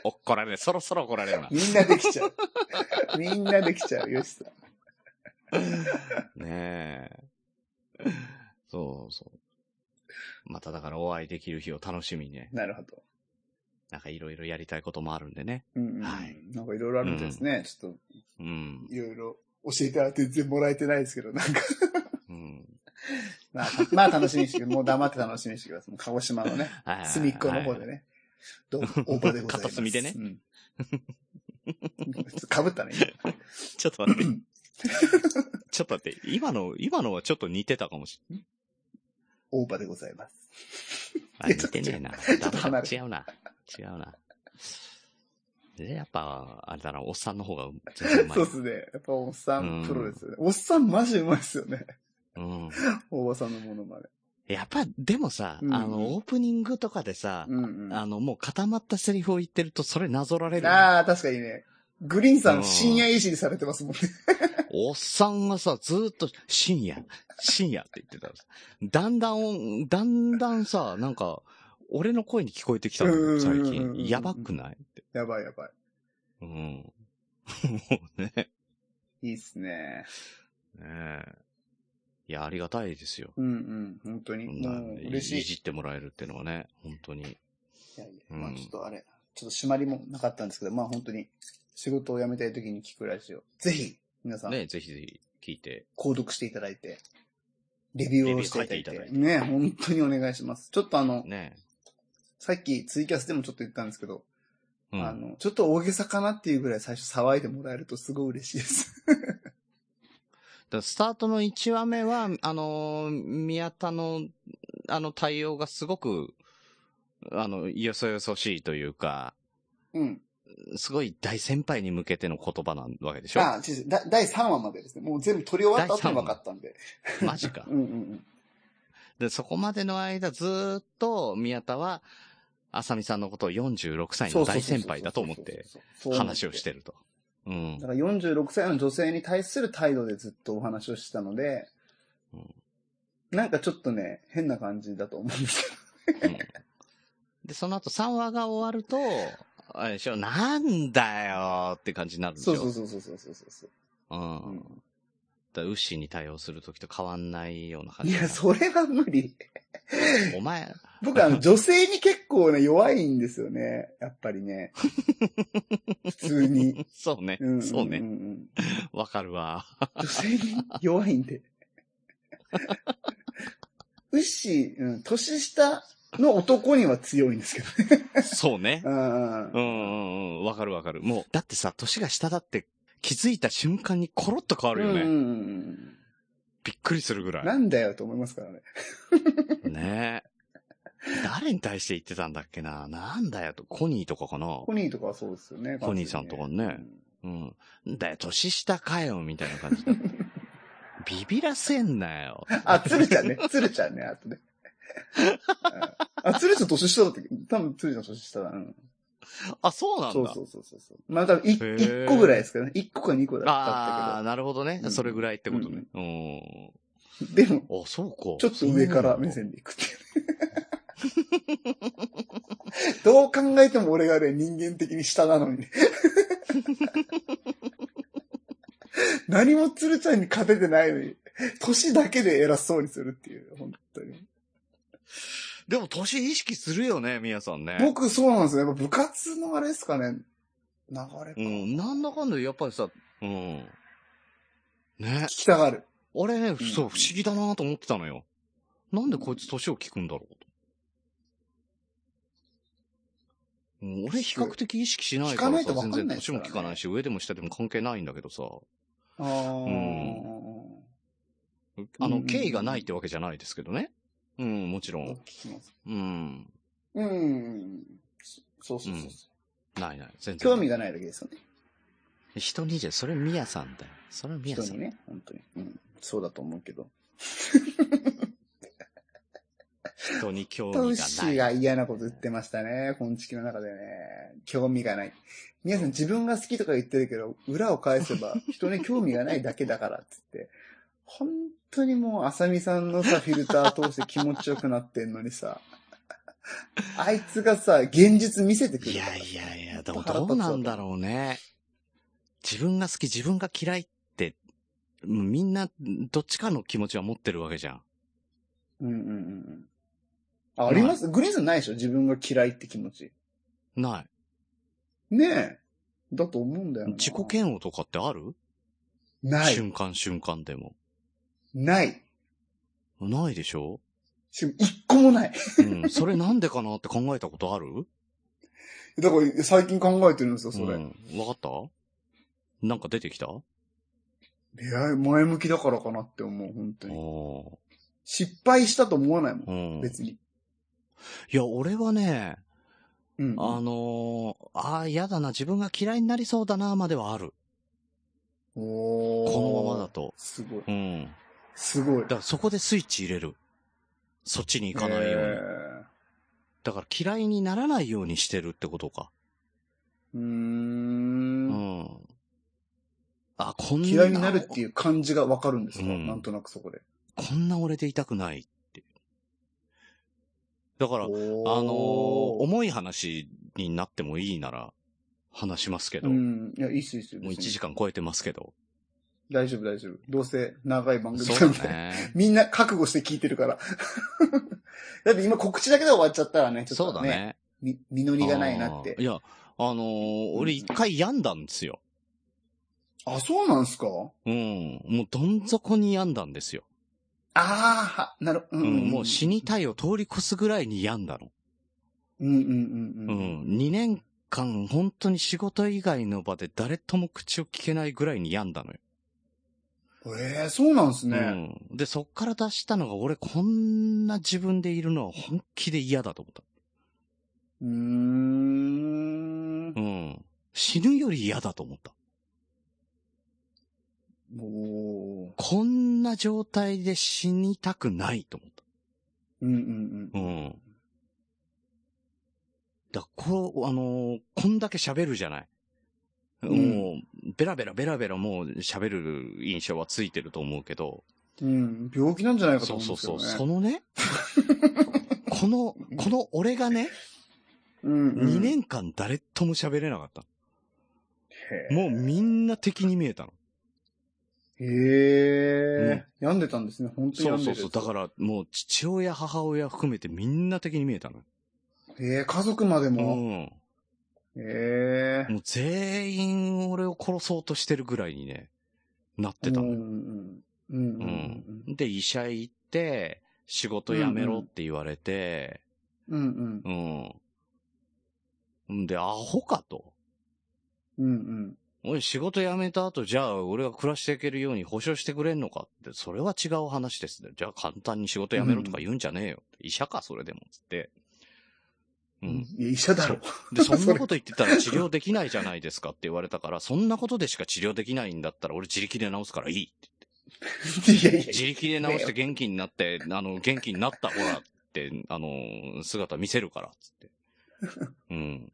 S3: 怒られる。そろそろ怒られるな。
S1: みんなでき
S3: <laughs>
S1: ちゃう。みんなできちゃう、ヨシさん。
S3: ねえ。 <laughs> そうそう。まただからお会いできる日を楽しみにね。
S1: なるほど。
S3: なんかいろいろやりたいこともあるんでね。
S1: うんうんうん。
S3: はい
S1: なんかいろいろあるみたいですね。ちょっ
S3: うん
S1: と、。いろいろ教えてもらって全然もらえてないですけど、なんか。
S3: うん。
S1: まあ、 <laughs> まあ楽しみにしてくださいもう黙って楽しみにしてください。もう鹿児島のね。
S3: <laughs> はい
S1: 隅っこの方でね。
S3: <laughs>
S1: どうも、大場でございます。
S3: 片隅でね
S1: うん。 <laughs> ちょっと被ったね。
S3: ちょっと待って。 <laughs> ちょっと待って。今の、今のはちょっと似てたかもし
S1: 大場でございます。
S3: れない。あ似てねえな。
S1: <laughs> ょっと離れ
S3: 違うな。違うな。で、やっぱ、あれだな、おっさんの方が全然うまい。
S1: そうっすね。やっぱおっさ
S3: うん
S1: んプロですよね。おっさんマジうまいっすよね。
S3: うん。
S1: 大場さんのものまで。
S3: やっぱ、でもさ、
S1: うん
S3: あの、オープニングとかでさ、
S1: うんうん。
S3: あ
S1: あ
S3: の、もう固まったセリフを言ってると、それなぞられるよね、
S1: あー、確かにね。グリーンさ
S3: うんん
S1: 深夜維持されてますもんね。
S3: おっさんがさ、ずーっと、深夜、深夜って言ってたのさだんだん、だんだんさ、なんか、俺の声に聞こえてきたの
S1: うん
S3: よ、
S1: うんうんうん
S3: 最近。やばくないって。
S1: やばいやば
S3: うん。もうね。ね
S1: い。いいっすね。
S3: えいや、ありがたいですよ。
S1: うんうん。本当に。
S3: こん
S1: も
S3: な
S1: う
S3: い
S1: 嬉
S3: い
S1: しい。
S3: じってもらえるってのはね、本当に。
S1: いやいや、
S3: うん
S1: まあちょっとあれ、ちょっと締まりもなかったんですけど、まあ本当に仕事を辞めたい時に聞くラジオ。ぜひ、皆さん、
S3: ね、ぜひぜひ聞いて。
S1: 購読していただいて、レビューをしていただいて。
S3: レビュー書いてい
S1: ね、本当にお願いします。ちょっとあの、
S3: ね。
S1: さっきツイキャスでもちょっと言ったんですけど、
S3: う
S1: あ
S3: ん。
S1: の、ちょっと大げさかなっていうぐらい最初騒いでもらえるとすごい嬉しいです。
S3: だスタートの1話目は、あのー宮田の、あの、対応がすごく、あの、よそよそしいと <laughs> いうか、
S1: うん。
S3: すごい大先輩に向けての言葉なわけでしょ
S1: あ、違う違うだ第3話までですね。もう全部撮り終わった後に分かったんで。
S3: <laughs> マジか
S1: う。んうんうん。。
S3: で、そこまでの間ずーっと宮田は、浅見さんのことを46歳の大先輩だと思って話をしててると。うん
S1: だ。から46歳の女性に対する態度でずっとお話をしてたので、
S3: うん
S1: なんかちょっとね、変な感じだと思うんですけど。
S3: うんで、その後3話が終わると、あれでしょ、なんだよーって感じになるんでし
S1: そ
S3: ょ
S1: うそうそうそうそうそうそう。
S3: うん。
S1: うん
S3: だからウッシーに対応するときと変わんないような感
S1: い
S3: じ。
S1: や、それは無理。
S3: お前、
S1: 僕、あの、女性に結構ね、弱いんですよね。やっぱりね。普通に。
S3: そうね
S1: んんん。ん
S3: そうね。。わかるわ。
S1: 女性に弱いんで。うっしー、うん、年下の男には強いんですけどね。
S3: <laughs> そうね
S1: う。んう
S3: う
S1: ん
S3: んうんうん。わかるわかる。もう、だってさ、年が下だって気づいた瞬間にコロッと変わるよね。
S1: うんうんうん
S3: びっくりするぐらい。
S1: なんだよと思いますからね。
S3: ね誰に対して言ってたんだっけな。なんだよと、コニーとかかな。
S1: コニーとかはそうですよね。
S3: コニーさんとかね
S1: 完全に
S3: うん。んだよ、年下かよ、みたいな感
S1: <laughs>
S3: じで。ビビらせんなよ。
S1: あ、つるちゃんね。 <laughs> つるちゃんね、あとね。あ、つるちゃん年下だったけど、多分つるちゃん年下だ。うん。
S3: <laughs> あ、そうなんだ。
S1: そうそうそうそうそう。まあ多分い
S3: へー
S1: 一個ぐらいですけどね。一個か二個だ
S3: あ
S1: だ
S3: あ、
S1: っ
S3: なるほどね、
S1: うん
S3: それぐらいってことね。うん。
S1: たけど。でも、
S3: あ、そうか。
S1: ちょっと上から目線でいくっていうね。どう考えても俺がね、人間的に下なのに
S3: <laughs>
S1: ね。何も鶴ちゃんに勝ててないのに、年だけで偉そうにするっていう、本当に。
S3: でも年意識するよね、みやさんね。
S1: 僕そうなんですよ。やっぱ部活のあれですかね、流れか。
S3: う
S1: 聞
S3: ん、なんだかんだ、やっぱりさ、うん。ね。
S1: きたがる。
S3: 俺ね、そう、
S1: う
S3: 不思
S1: ん
S3: 議だなと思ってたのよ。なんでこいつ年を聞くんだろうと。うん俺比較的意識しないか
S1: 聞からない
S3: さ、
S1: とわか
S3: 全
S1: んな
S3: 然
S1: いで
S3: 年
S1: すから
S3: も
S1: ね
S3: 聞かないし、上でも下でも関係ないんだけどさ、
S1: あー
S3: あ
S1: うんうんう
S3: の、
S1: ん
S3: 敬意がないってわけじゃないですけどね。うん、もちろ
S1: 聞
S3: ん。
S1: きます
S3: うん。
S1: うん。そうそうそうそう、
S3: うんないない、全然。
S1: 興味がないだけですよね。
S3: 人にじゃ、それミヤさんだよ。それミヤ
S1: 人
S3: さん。
S1: にね、本当に。うん。そうだと思うけど。
S3: 人に興
S1: トウ
S3: 味
S1: ッシ
S3: が
S1: ー
S3: な
S1: が
S3: い。
S1: 嫌なこと言ってましたね。本式の中でね。興味がない。皆さん自分が好きとか言ってるけど、裏を返
S3: <laughs>
S1: せば人に興味がないだけだからっつって。本当にもう、あさみさんのさ、フィルター通して気持ちよくなってんのにさ、あいつがさ、現実見せてくる
S3: い
S1: か
S3: や
S1: ら
S3: いやいや、でも
S1: 本当腹
S3: ど
S1: 立
S3: う
S1: つわ
S3: なんだろうね。自分が好き、自分が嫌いって、うんみんな、どっちかの気持ちは持ってるわけじゃん。
S1: うんうんうんうん。あ、ありますグリーンさんないでしょ自分が嫌いって気持ち。
S3: ない。
S1: ねえ。だと思うんだよな。
S3: 自己嫌悪とかってある、
S1: ない。
S3: 瞬間瞬間でも。
S1: ない。
S3: ないでしょ
S1: しかも一個もない。 <laughs>
S3: うん。それなんでかなって考えたことある
S1: だから最近考えてるんですよ、それ。
S3: うん。わかったなんか出てきた
S1: いや、前向きだからかなって思う、本当に。
S3: お
S1: 失敗したと思わないも
S3: ー
S1: ん、
S3: うん。
S1: 別に。
S3: いや、俺はね、
S1: うん。
S3: あのー、ああ、嫌だな、自分が嫌いになりそうだな、まではある。
S1: おー
S3: このままだと。
S1: すごい。
S3: うん。
S1: すごい。
S3: だからそこでスイッチ入れる。そっちに行かないように。
S1: え
S3: だから嫌いにならないようにしてるってことか。
S1: ーうー。
S3: うんん。あ、こんな。
S1: 嫌いになるっていう感じがわかるんですか、
S3: うん
S1: なんとなくそこで。
S3: こんな俺でいたくないっていう。だから、あの
S1: おー
S3: ー重い話になってもいいなら話しますけど、
S1: うん。いや、いいっす、いいっす。
S3: もう1時
S1: 間。
S3: 間超えてますけど。
S1: 大丈夫、大丈夫。どうせ長い番組
S3: そう
S1: なん
S3: だ
S1: で。
S3: ね。
S1: <laughs> みんな覚悟して聞いてるから。 <laughs> だって今告知だけで終わっちゃったら <laughs> ね、ちょっ
S3: そう
S1: と
S3: だ
S1: ね。
S3: ね。
S1: み、実りがないなって
S3: あーい。や、あのー俺一回病んだんですよ。
S1: あ、そうなんすか
S3: うん。もうどん底に病んだんですよ。
S1: ああ、なる、うん、
S3: うん
S1: うん。
S3: もう死にたいを通り越すぐらいに病んだの。
S1: うんうんうん
S3: う
S1: うん。
S3: ん。2年間本当に仕事以外の場で誰とも口を聞けないぐらいに病んだのよ。
S1: ええそうなんすね。
S3: うん。で、そっから出したのが俺こんな自分でいるのは本気で嫌だと思った。
S1: うーん。
S3: うん。死ぬより嫌だと思った。
S1: おー
S3: こんな状態で死にたくないと思った。
S1: うんうんうん。
S3: うん。だこう、あのーこんだけ喋るじゃない。
S1: ん
S3: もう、ベラベラベラベラもう喋る印象はついてると思うけど、
S1: うん。病気なんじゃないかと
S3: そう
S1: 思うん
S3: そう
S1: ですけ
S3: そ
S1: ど
S3: う、
S1: ね。
S3: そのね、
S1: <laughs>
S3: この、この俺がね、
S1: うん、うん。
S3: 2年間誰とも喋れなかった。
S1: へー
S3: もうみんな敵に見えたの。
S1: へへえ、病んでたんですね。本当に
S3: そう
S1: 病んで
S3: そう
S1: る。
S3: そう。だから、もう父親、母親含めてみんな的に見えたの。
S1: ええ家族まで
S3: う
S1: も。
S3: ん。
S1: ええ
S3: もう全員俺を殺そうとしてるぐらいにね、なってた
S1: う
S3: の
S1: んう
S3: よ。
S1: んうん。うんうん
S3: で、医者行って、仕事辞めろって言われて、
S1: うん。うんうん。
S3: うん。んで、アホかと。
S1: うんうん。
S3: 俺仕事辞めた後、じゃあ俺が暮らしていけるように保証してくれんのかって、それは違う話ですね。じゃあ簡単に仕事辞めろとか言うんじゃねえよ。医者か、それでも。つって。うん。
S1: いや医者だろ。 <laughs>
S3: で、そんな <laughs> こと言ってたら治療できないじゃないですかって言われたから、そんなことでしか治療できないんだったら俺自力で治すからいいって。
S1: いやいやいや
S3: 自力で治して元気になって、あの、元気になった、ほら、って、あの、姿見せるから、つって。う
S1: <laughs>
S3: ん。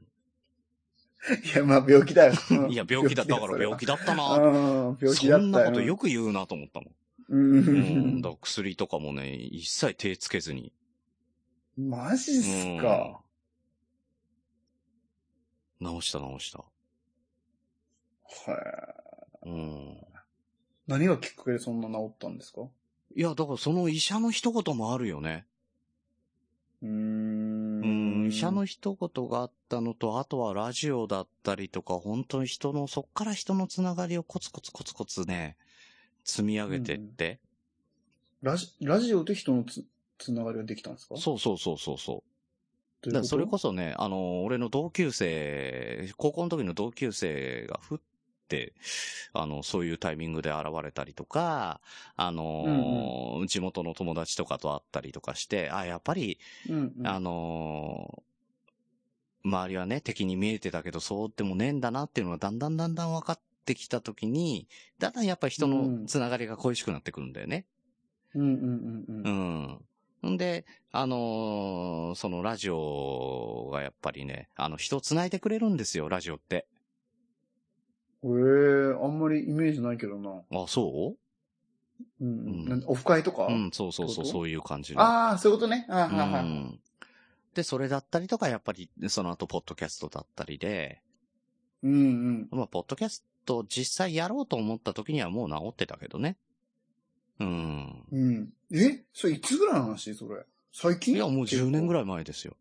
S1: いや、まあ病気だよ。
S3: いや、病気だったから病
S1: 気
S3: 気だった
S1: だ
S3: な
S1: それは。うん、病気
S3: そ
S1: だった
S3: んなことよ
S1: く。
S3: く言うなと思ったもん。
S1: うんう
S3: うんん。だから薬とかもね、一切手つけずに。
S1: マジっす
S3: うん
S1: か。
S3: 直した直した。
S1: はい。
S3: うん。
S1: 何がきっかけでそんな治ったんですかう
S3: いや、だからその医者の一言もあるよね。
S1: ー
S3: うん
S1: ん。
S3: 医者の一言があったのと、あとはラジオだったりとか、本当に人の、そっから人のつながりをコツコツコツコツね、積み上げてって。
S1: ラジ、ラジオで人のつ、つながりができたんですか
S3: そうそうそうそうそう。
S1: う
S3: だからそれこそね、あの、俺の同級生、高校の時の同級生がふって、あの、そういうタイミングで現れたりとか、あの、地元の友達とかと会ったりとかして、あ、やっぱり、
S1: そ。うん、うん。
S3: あの、周りはね、敵に見えてたけど、そうでもねえんだなっていうのがだんだんだんだん分かってきた時に、だんだんやっぱ人のつながりが恋しくなってくるんだよね。
S1: うんうんうんう。
S3: うんん。んで、あのーそのラジオがやっぱりね、あの、人を繋いでくれるんですよ、ラジオって。
S1: へえ、あんまりイメージないけどな。。
S3: あ、そううんん
S1: なんオフ会とか、
S3: ううん、そうそうそう、
S1: ってこと
S3: そういう感じの。
S1: ああ、そういうことね。ああ、はいは
S3: う
S1: い。
S3: ん。で、それだったりとか、やっぱり、その後、ポッドキャストだったりで、
S1: うんうん。
S3: まあ、ポッドキャスト実際やろうと思った時にはもう治ってたけどね。うん。
S1: うん。えそれいつぐらいの話それ。最近
S3: いや、もう10年ぐ
S1: らい。
S3: らい前ですよ。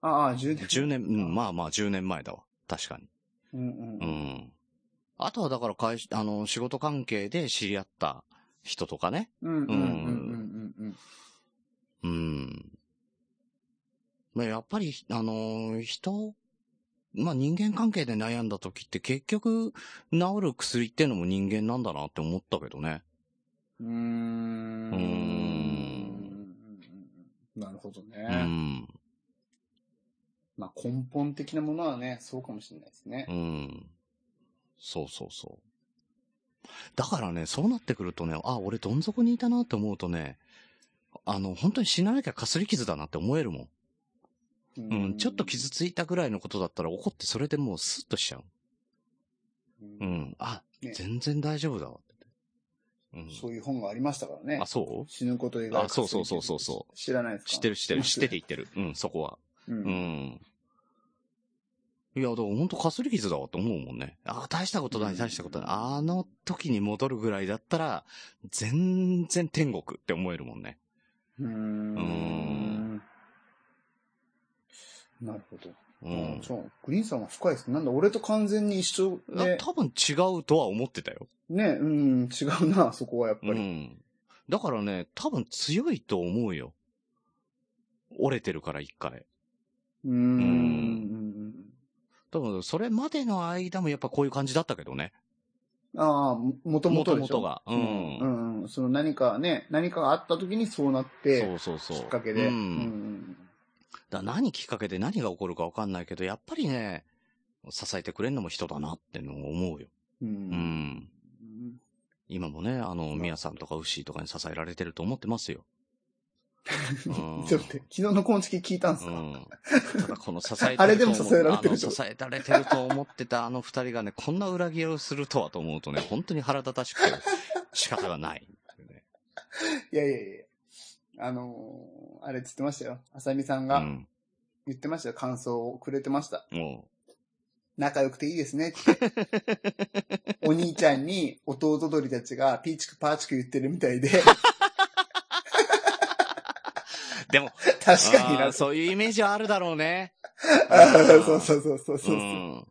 S1: ああ、10年。
S3: 10年、うん、まあまあ10年前だわ。確かに。
S1: うんうん
S3: う
S1: うん。
S3: ん。あとはだから会社、あの、仕事関係で知り合った人とかね。
S1: うんうんうんうんうんうん。
S3: うん。まあ、やっぱり、あの、人、まあ、人間関係で悩んだ時って結局、治る薬ってのも人間なんだなって思ったけどね。
S1: うーん
S3: うーん
S1: なるほどね。
S3: うん。
S1: まあ根本的なものはね、そうかもしれないですね
S3: う。ん。そうそうそう。だからね、そうなってくるとね、あ、俺どん底にいたなって思うとね、あの、本当に死ななきゃかすり傷だなって思えるもん。
S1: う
S3: うん、ちょっと傷ついたぐらいのことだったら怒ってそれでもうスッとしちゃう。う
S1: うん
S3: ん。あ、
S1: ね
S3: 全然大丈夫だわって。うん。
S1: そういう本がありましたからね
S3: あ、。そう
S1: 死ぬこと以外。
S3: あそうそうそうそうそう
S1: 知らないですか
S3: 知ってる知ってる。知ってて
S1: る。
S3: 言ってる。うん、そこは。
S1: う。
S3: うんん。いや、だからほんとかすり傷だわって思うもんね。あ、大したことな
S1: う
S3: い、
S1: ん
S3: 大したことない。あの時に戻るぐらいだったら、全然天国って思えるもんね。
S1: うーん。なるほど。
S3: う
S1: うん
S3: ん。
S1: じゃあ、グリーンさんは深いですね。なんだ、俺と完全に一緒
S3: いや
S1: で、
S3: 多分違うとは思ってたよ。
S1: ね、うん、違うな、そこはやっぱ
S3: う
S1: り。
S3: ん。だからね、多分強いと思うよ。折れてるから一回。
S1: うーん。
S3: 多分、それまでの間もやっぱこういう感じだったけどね。
S1: ああ、ももともとでしょ。
S3: 元々がうん
S1: うん。うん。その何かね、何かがあった時にそうなっ
S3: そ
S1: て、
S3: うそうそう。
S1: きっかけで。
S3: う。
S1: うんん。
S3: だから何きっかけで何が起こるかわかんないけど、やっぱりね、支えてくれるのも人だなってのを思うよ。
S1: う。
S3: うんん。今もね、あの、ミヤさんとかウッシーとかに支えられてると思ってますよ。うん
S1: <laughs> ちょっと待って、昨日の今月聞いたんす
S3: う
S1: か <laughs>
S3: ん。ただこの支えてると思う
S1: あれでも支えられてる
S3: あの支えられてると思ってたあの二人がね、こんな裏切りをするとはと思うとね、本当に腹立たしくて仕方がない。
S1: いやいやいや。あのー、あれって言ってましたよ。あさみさん
S3: う
S1: が
S3: ん。
S1: 言ってましたよ。感想をくれてました。
S3: も <laughs>
S1: 仲良くていいですねって。おお兄ちゃんに弟鳥たちがピーチクパーチク言ってるみたいで、
S3: でも、
S1: <laughs> 確かに
S3: あー
S1: な。
S3: そういうイメージはあるだろうね。
S1: あー <laughs> そうそうそうそうそうう。
S3: ん。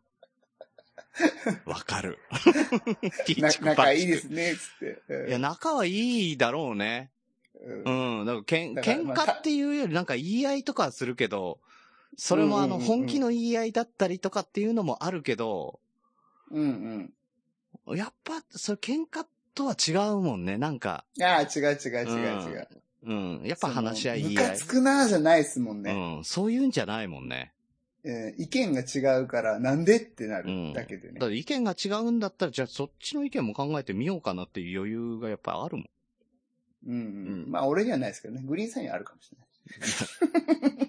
S3: わかる。 <laughs> ピ
S1: <laughs> な
S3: ーチクパーチク
S1: 仲いいですね、つって。うん
S3: いや、仲はいいだろうね。
S1: うん
S3: うん。だからけん
S1: だから
S3: 喧
S1: まあ
S3: 嘩っていうよりなんか言い合いとかはするけど、それもあの、
S1: うんうんうん
S3: 本気の言い合いだったりとかっていうのもあるけど、
S1: うんうん。
S3: やっぱ、それ喧嘩とは違うもんね。なんか、
S1: ああ、違う違う違う違う。やっ
S3: うん。やっぱ話し合い、言
S1: ム
S3: い
S1: カ
S3: 合い
S1: つ。くなーじゃないですもんね。
S3: うん。そういうんじゃないもんね。
S1: えー意見が違うから、なんでってな
S3: うん
S1: るだけでね。
S3: だから意見が違うんだったら、じゃあそっちの意見も考えてみようかなっていう余裕がやっぱあるもん。
S1: うん、うん、
S3: うん
S1: まあ、俺にはないですけどね。グリーンさんにはあるかもしれない。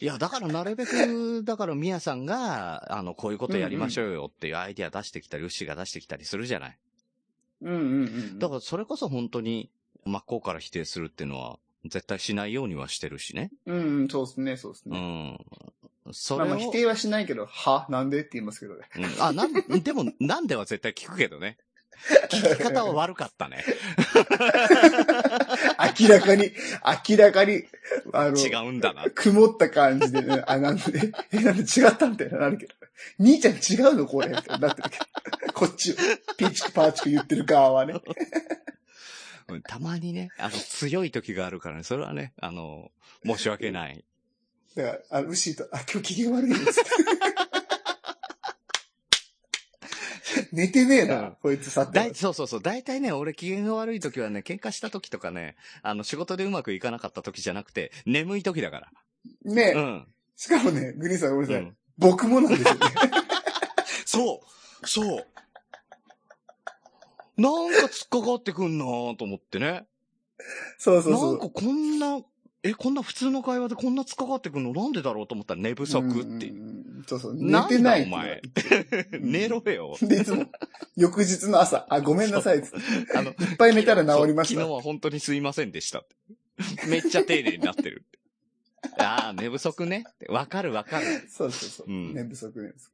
S3: いや、だからなるべく、 <laughs> だからミヤさんが、あの、こういうことやりましょうよっていうアイディア出してきたり、ウッシーが出してきたりするじゃない。
S1: うんうんうん。
S3: だからそれこそ本当に真っ向から否定するっていうのは、絶対しないようにはしてるしね。
S1: うんうん、そうですね、そうです
S3: う
S1: ね。
S3: ん。そ
S1: まあ
S3: れを、
S1: まあ、否定はしないけど、はなんでって言います
S3: <laughs>
S1: けどね。
S3: うんあ、なん、でも、なんでは絶対聞くけど
S1: <laughs>
S3: ね。聞き方は悪かったね。
S1: 明らかに、明らかに、あの、
S3: 違うんだな。
S1: <laughs> 曇った感じで、ね、あ、なんで、 <laughs> え、なんで違ったみたいななるけど。兄ちゃん違うのこれみたいになってるけど。こっち、ピーチクパーチク言ってる側はね。
S3: うんたまにね、あの、強い時があるからね、それはね、あの、申し訳
S1: <laughs>
S3: ない。
S1: だから、あの、牛と、あ、今日機嫌悪いです。 <laughs> 寝てねえな、
S3: うん
S1: こいつさって。
S3: だい、そうそうそう。大体ね、俺機嫌が悪い時はね、喧嘩した時とかね、あの、仕事でうまくいかなかった時じゃなくて、眠い時だか
S1: ねえ、
S3: ら。うん。
S1: しかもね、グリーンさんごめん
S3: う
S1: なさい。
S3: ん、
S1: 僕もなんです
S3: <laughs>
S1: よね。
S3: そうそうなんか突っかかってくんなーと思ってね。
S1: そうそうそう。
S3: なんかこんな、え、こんな普通の会話でこんな突っかかってくんのなんでだろうと思ったら寝不足っていう。
S1: うんうんうんそうそう。
S3: な
S1: 寝
S3: んだ
S1: てない。
S3: お前。 <laughs>
S1: ん
S3: 寝ろよ。
S1: で、いつも、翌日の朝、あ、ごめんなさいっつって。
S3: あの、
S1: いっぱい寝たら治りま
S3: そ
S1: し
S3: う昨。
S1: た
S3: 日は本当にすいませんでしたって。めっちゃ丁寧になってるって。ああ、寝不足ね。わかるわかる。
S1: そうそうそう。
S3: うん
S1: 寝不足寝不足。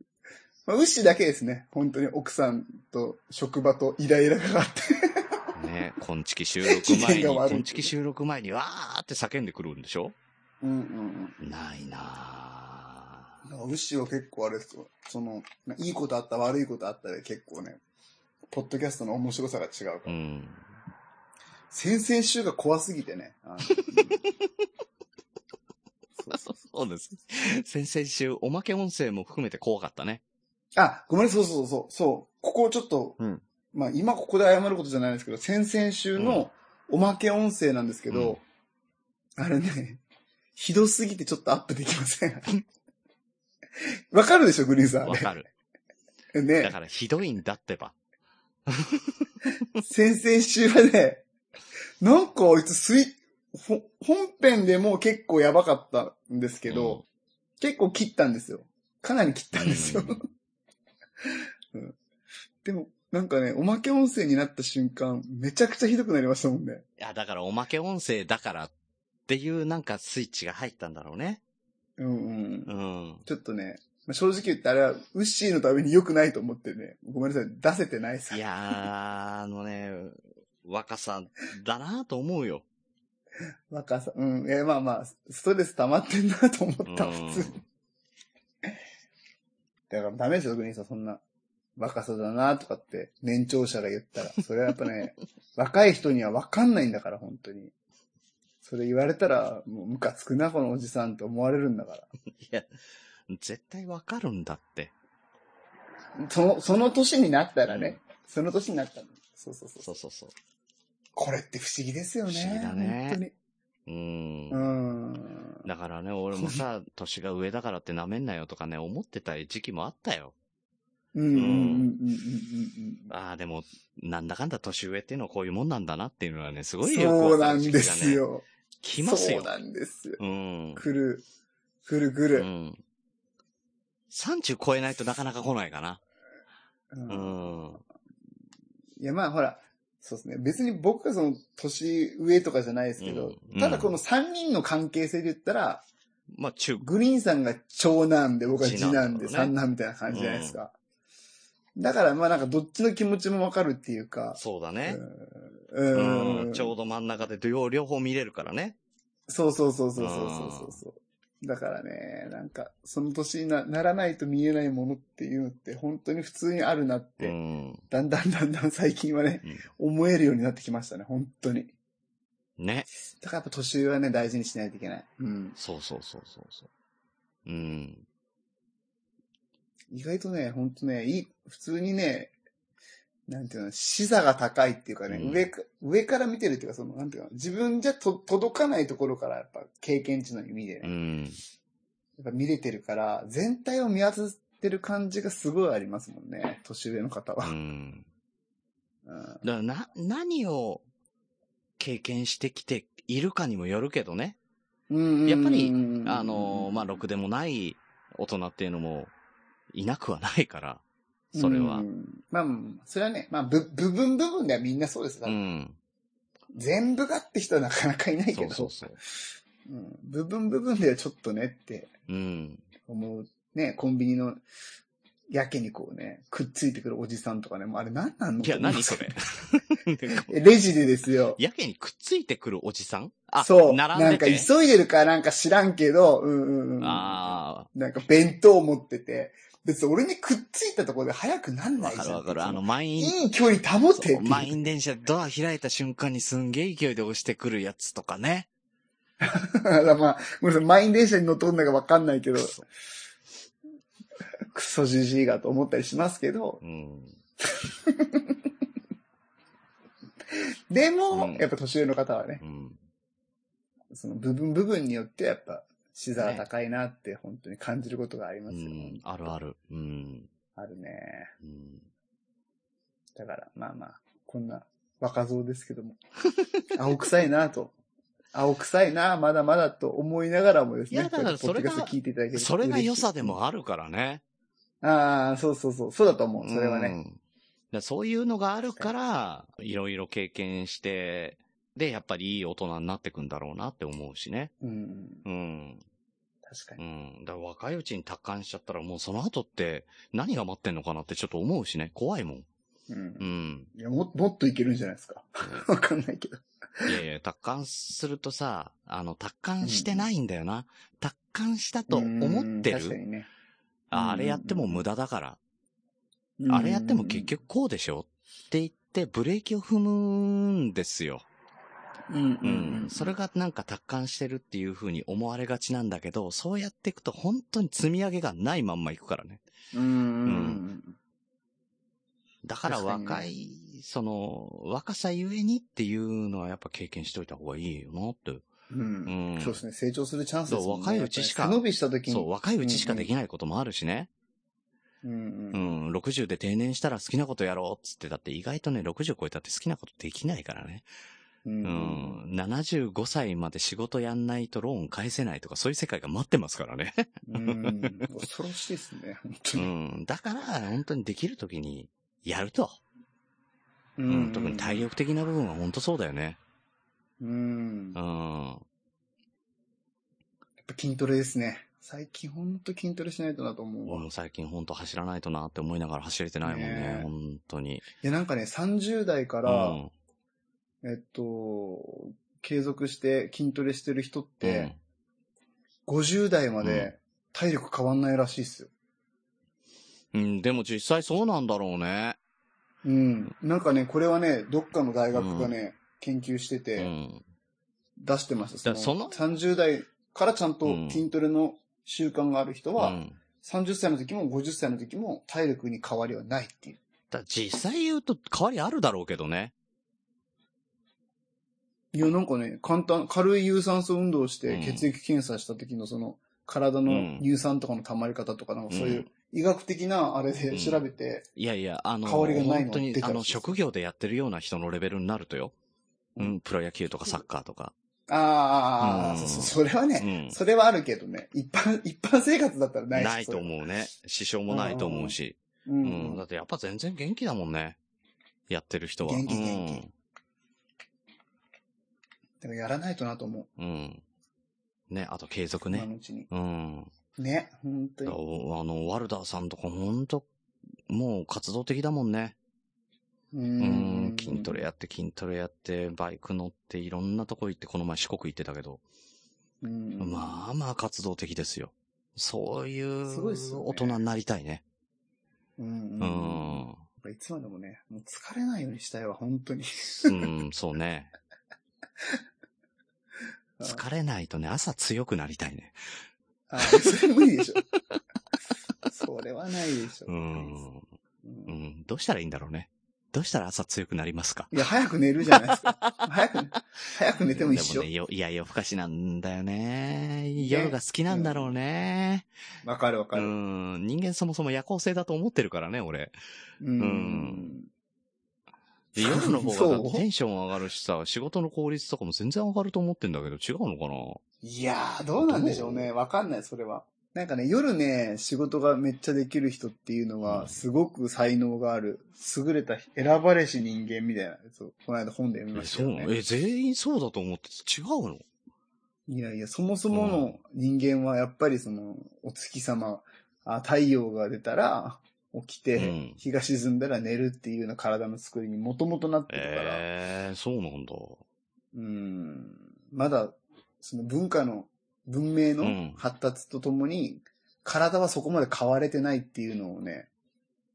S1: まあ、ウッシーだけですね。本当に奥さんと職場とイライラがあって。
S3: ね、今月収録前
S1: 機
S3: に、
S1: 嫌が悪い
S3: 今月収録前にわーって叫んでくるんでしょ
S1: うんうん
S3: ないな
S1: うん。ウッシーは結構あれですよ。その、まあいいことあった、悪いことあったで結構ね、ポッドキャストの面白さが違う
S3: ぁ。
S1: か
S3: う
S1: ら。
S3: ん。
S1: <laughs> 先々週が怖すぎてね。あのそうそう
S3: そうです。先々週、おまけ音声も含めて怖かったね。
S1: あ、ごめんなさい、そうそうそう、そう。ここをちょっと、
S3: うん
S1: まあ今ここで謝ることじゃないですけど、先々週のおまけ音声なんですけど、あれね、ひどすぎてちょっとアップできません。 <laughs> わかるでしょ、グリーンさん。
S3: わかる。
S1: る。
S3: だ
S1: ね、
S3: からひどいんだってば。
S1: 先々週はね、なんかあいつスイほ本編でも結構やばかったんですけど、
S3: うん
S1: 結構切ったんですよ。かなり切 <laughs> ったんですよ。でも、なんかね、おまけ音声になった瞬間、めちゃくちゃひどくなりましたもんね。
S3: いや、だからおまけ音声だからっていうなんかスイッチが入ったんだろうね。
S1: うんうん。
S3: うん。
S1: ちょっとね、まあ、正直言ってあれは、ウッシーのために良くないと思ってね、ごめんなさい、出せてないさ
S3: い。やー、あのね、若さだなと思うよ。
S1: 若さ、うん、いや、まあまあ、ストレス溜まってんなと思った、
S3: うん
S1: 普通に。だからダメですよ、グリーンさん、そんな。若さだなとかって、年長者が言ったら。それはやっ
S3: <laughs>
S1: ぱね、若い人には分かんないんだから、本当に。それ言われたら、もうムカつくな、このおじさんと思われるんだから。
S3: いや、絶対わかるんだって。
S1: その、その年になったらね。その年になったら。そうそうそう
S3: そうそうそう。
S1: これって不思議ですよね。
S3: 不思議だね
S1: 本
S3: う。
S1: 当に。うんん。
S3: だからね、俺もさ、年が上だからって舐めんなよとかね、思ってた時期もあったよ。
S1: うんうんうんうんうん
S3: ああ、でも、なんだかんだ年上っていうのはこういうもんなんだなっていうのはね、す
S1: うんう
S3: ご
S1: ん。
S3: い
S1: そう
S3: わ
S1: な
S3: かる
S1: ん
S3: 時期
S1: で
S3: がね
S1: す。よ。
S3: 来ますよ
S1: そう。なんですよ。
S3: うん。
S1: 来る。来る来
S3: う
S1: る。
S3: ん。30超えないとなかなか来ないかな。
S1: うん
S3: うん。
S1: いやまあほら、そうですね。別に僕がその年上とかじゃないですけど、
S3: うん
S1: ただこの3人の関係性で言ったら、
S3: まあ、中
S1: グリーンさんが長男で僕は次男で
S3: 次男だろうね
S1: 三男みたいな感じじゃないですか。だから、まあなんかどっちの気持ちもわかるっていうか。
S3: そうだね。
S1: う
S3: うん
S1: ん。
S3: ちょうど真ん中で両両方見れるからね。
S1: そうそうそうそうそうそうそうそう。だからね、なんか、その年になならないと見えないものっていうのって、本当に普通にあるなっ
S3: う
S1: て、
S3: ん。
S1: だんだんだんだん最近はね、思えるようになってきましたね、本当に。
S3: ね。
S1: だからやっぱ年上はね、大事にしないといけない。うん。
S3: そうそうそうそうそう。うん。
S1: 意外とね、本当ね、いい、普通にね、なんていうの、視座が高いっていうかね、
S3: うん
S1: 上か、上から見てるっていうか、その、なんていうの、自分じゃと届かないところから、やっぱ経験値の意味でね、
S3: う
S1: や
S3: ん。
S1: っぱ見れてるから、全体を見渡ってる感じがすごいありますもんね、年上の方
S3: う
S1: は。
S3: ん。
S1: うん。
S3: だからな、何を経験してきているかにもよるけどね。
S1: うん
S3: やっぱり、
S1: うん
S3: あのー、まあ、ろくでもない大人っていうのもいなくはないから、それは
S1: う。んまあ、それはね、まあ、ぶ、部分部分ではみんなそうです。だ
S3: う
S1: から
S3: ん。
S1: 全部がって人はなかなかいないけ
S3: そう
S1: ど、
S3: そうそう。
S1: うん部分部分ではちょっとねって <laughs>
S3: うん。
S1: 思う、ね、コンビニの、やけにこうね、くっついてくるおじさんとかね、もうあれ何なんの
S3: いや、何そ。
S1: と
S3: れ
S1: 思いま。す <laughs> えレジでです
S3: <laughs>
S1: よ。
S3: やけにくっついてくるおじさんあ、
S1: そう。
S3: 並ん
S1: な
S3: で
S1: んか
S3: て。
S1: 急いでるかなんか知らんけど、うんうんうん。
S3: あ
S1: なんか弁当持ってて、別に俺にくっついたところで早くなん
S3: あ、
S1: な
S3: わ
S1: いじ
S3: か
S1: ゃん。
S3: るわかる。あの、
S1: いつも
S3: 満員、
S1: いい距離保て
S3: そう
S1: っていう
S3: 満員電車ドア開いた瞬間にすんげえ勢いで押してくるやつとかね。
S1: だからま <laughs> あ、ごめんなさい、満員電車に乗っとんだかわかんないけど
S3: く、そ
S1: クソじじいがと思ったりしますけど、
S3: うん。
S1: で
S3: う
S1: も、
S3: ん
S1: やっぱ年上の方はね
S3: う、ん。
S1: その部分部分によってやっぱ、視座が高いなって本当に感じることがあり
S3: う
S1: ますよ。
S3: ん。あるある。うん。
S1: あるね。
S3: うん。
S1: だから、まあまあ、こんな若造ですけども、 <laughs> 青臭いなと。青臭いな、まだまだと思いながらもですね。
S3: いやだからそれが
S1: ポッドキャスト聞いていただけると
S3: それが良さで
S1: 嬉し
S3: もあるからね。
S1: い。ああ、そうそうそう。そうだと思う。それは
S3: う
S1: ね。
S3: ん。だからそういうのがあるから、いろいろ経験して、で、やっぱりいい大人になってくんだろうなって思うしね。
S1: うん。
S3: うん。
S1: 確か
S3: う
S1: に。
S3: ん。だから若いうちに達観しちゃったらもうその後って何が待ってんのかなってちょっと思うしね。怖いもん。
S1: うん
S3: う。ん。
S1: いや、も、もっといけるんじゃないですか。わかんないけど。
S3: いやいや、達観するとさ、あの、達観してないんだよな。達観したと思って
S1: うん確か
S3: る。
S1: にね。
S3: ああれやっても無駄だから。
S1: うん
S3: あれやっても結。局こうでしょって言ってブレーキを踏むんですよ。
S1: うん。
S3: うん。それがなんか達観してるっていう風に思われがちなんだけど、そうやっていくと本当に積み上げがないまんまいくからね。
S1: うんうんうん。
S3: だから
S1: 確か
S3: 若い、その、若さゆえにっていうのはやっぱ経験しておいた方がいいよなって。
S1: う。
S3: うんん。
S1: そうですね。成長するチャンスですもんね。
S3: そう若いうちしか
S1: やっぱり背伸びした時に。
S3: そう、若いうちしかできないこともあるしね。
S1: うん
S3: う
S1: うん。
S3: ん、60で定年したら好きなことやろうっつって、だって意外とね、60超えたって好きなことできないからね。
S1: う。
S3: うんん、75歳まで仕事やんないとローン返せないとか、そういう世界が待ってますから
S1: <laughs>
S3: ね。
S1: うん。恐ろしいですね、本当
S3: う
S1: に。
S3: ん、だから、本当にできる時にやると。うん、特に体力的な部分は本当そうだよね。
S1: うん。
S3: う
S1: やっ
S3: ん、
S1: ぱ筋トレですね。最近本当筋トレしないとなと思う
S3: 俺
S1: わ。
S3: も
S1: い
S3: 最近本当走らないとなって思いながら走れてないもん
S1: ね
S3: ね
S1: え、
S3: 本当に。
S1: や、なんかね、30代か
S3: う
S1: ら、
S3: ん、
S1: えっと、継続して筋トレしてる人って、50代ま
S3: うん
S1: で体力変わんないらしいっすよ。
S3: うん、うん、でも実際そうなんだろうね。
S1: うん。なんかね、これはね、どっかの大学がね、研究して
S3: う
S1: て、
S3: ん、
S1: 出してました。
S3: だから
S1: その
S3: そ
S1: 30代からちゃんと
S3: うん
S1: 筋トレの習慣がある人は、
S3: うん
S1: 30歳の時も50歳の時も体力に変わりはないっていう。
S3: だ実際言うと変わりあるだろうけどね。
S1: いや、なんかね、簡単、軽い有酸素運動をして
S3: うん
S1: 血液検査した時のその、体の乳酸とかの溜まり方とか、なんかそういううん医学的なあれで調べて、
S3: いやいや、あの、
S1: 変わりがないの
S3: 本当に
S1: 出、
S3: あ
S1: たり
S3: の、
S1: する
S3: 職業でやってるような人のレベルになるとよ。う、
S1: うん
S3: プロ野球とかサッカーとか。
S1: ああ、
S3: うん
S1: そうそう、それは
S3: う
S1: ね、
S3: ん。
S1: それはあるけどね、一般、一般生活だったらない
S3: ないと
S1: う。
S3: 思うね。支障もないと思うし。
S1: う
S3: うんん。。だってやっぱ全然元気だもんね。やってる人は。
S1: 元気
S3: うん
S1: 元だからやらないとなと思
S3: うん。ね、あと継
S1: う。
S3: 続
S1: 今
S3: ね。
S1: のうちに。
S3: うん。
S1: ね、本当
S3: だ
S1: に
S3: から。おあの、ワルダーさんとかほんと、もう活動的だもんね。
S1: う
S3: うんん、筋トレやって、筋トレやって、バイク乗って、いろんなとこ行って、この前四国行ってたけど、
S1: うん
S3: まあまあ活動的ですよ。そういう
S1: すごいっすよね
S3: 大人になりたいね。
S1: うん
S3: う
S1: うん。やっ
S3: ん。
S1: ぱいつまでもね、もう疲れないようにしたいわ、本当に。
S3: うん、そう
S1: <laughs>
S3: ね。
S1: あ
S3: 疲れないとね、朝強くなりたいね。
S1: あ、それ無理でしょ。それはないでしょ。
S3: うん。
S1: うん
S3: うん。どうしたらいいんだろうね。どうしたら朝強くなりますか
S1: いや、早く寝るじゃないですか。早く、早 <laughs> く寝ても一
S3: で
S1: 緒
S3: ね。よいや、夜更かしなんだよね。夜が好きなんだろうね。
S1: わかるわか
S3: う
S1: る。
S3: ん。人間そもそも夜行性だと思ってるからね、俺。
S1: う
S3: うん
S1: ん。
S3: で夜の方が
S1: そう
S3: テンション上がるしさ、仕事の効率とかも全然上がると思ってんだけど、違うのかない
S1: やー、どうなんでしょうね。わかんない、それは。なんかね、夜ね、仕事がめっちゃできる人っていうの
S3: うん
S1: は、すごく才能がある、優れた、選ばれし人間みたいなやつを、この間本で読みま
S3: え
S1: し
S3: そ
S1: た
S3: う
S1: よ
S3: なの
S1: ね。
S3: え、全員そうだと思ってた違うの
S1: いやいや、そもそもの人間はやっぱりその、お月様、あ太陽が出たら、起きて、
S3: うん
S1: 日が沈んだら寝るっていうような体の作りにもともとなってるから、
S3: ええそうなんだ。
S1: うんまだ、その文化の、文明
S3: う
S1: の
S3: ん
S1: 発達とともに、体はそこまで変われてないっていうのをね、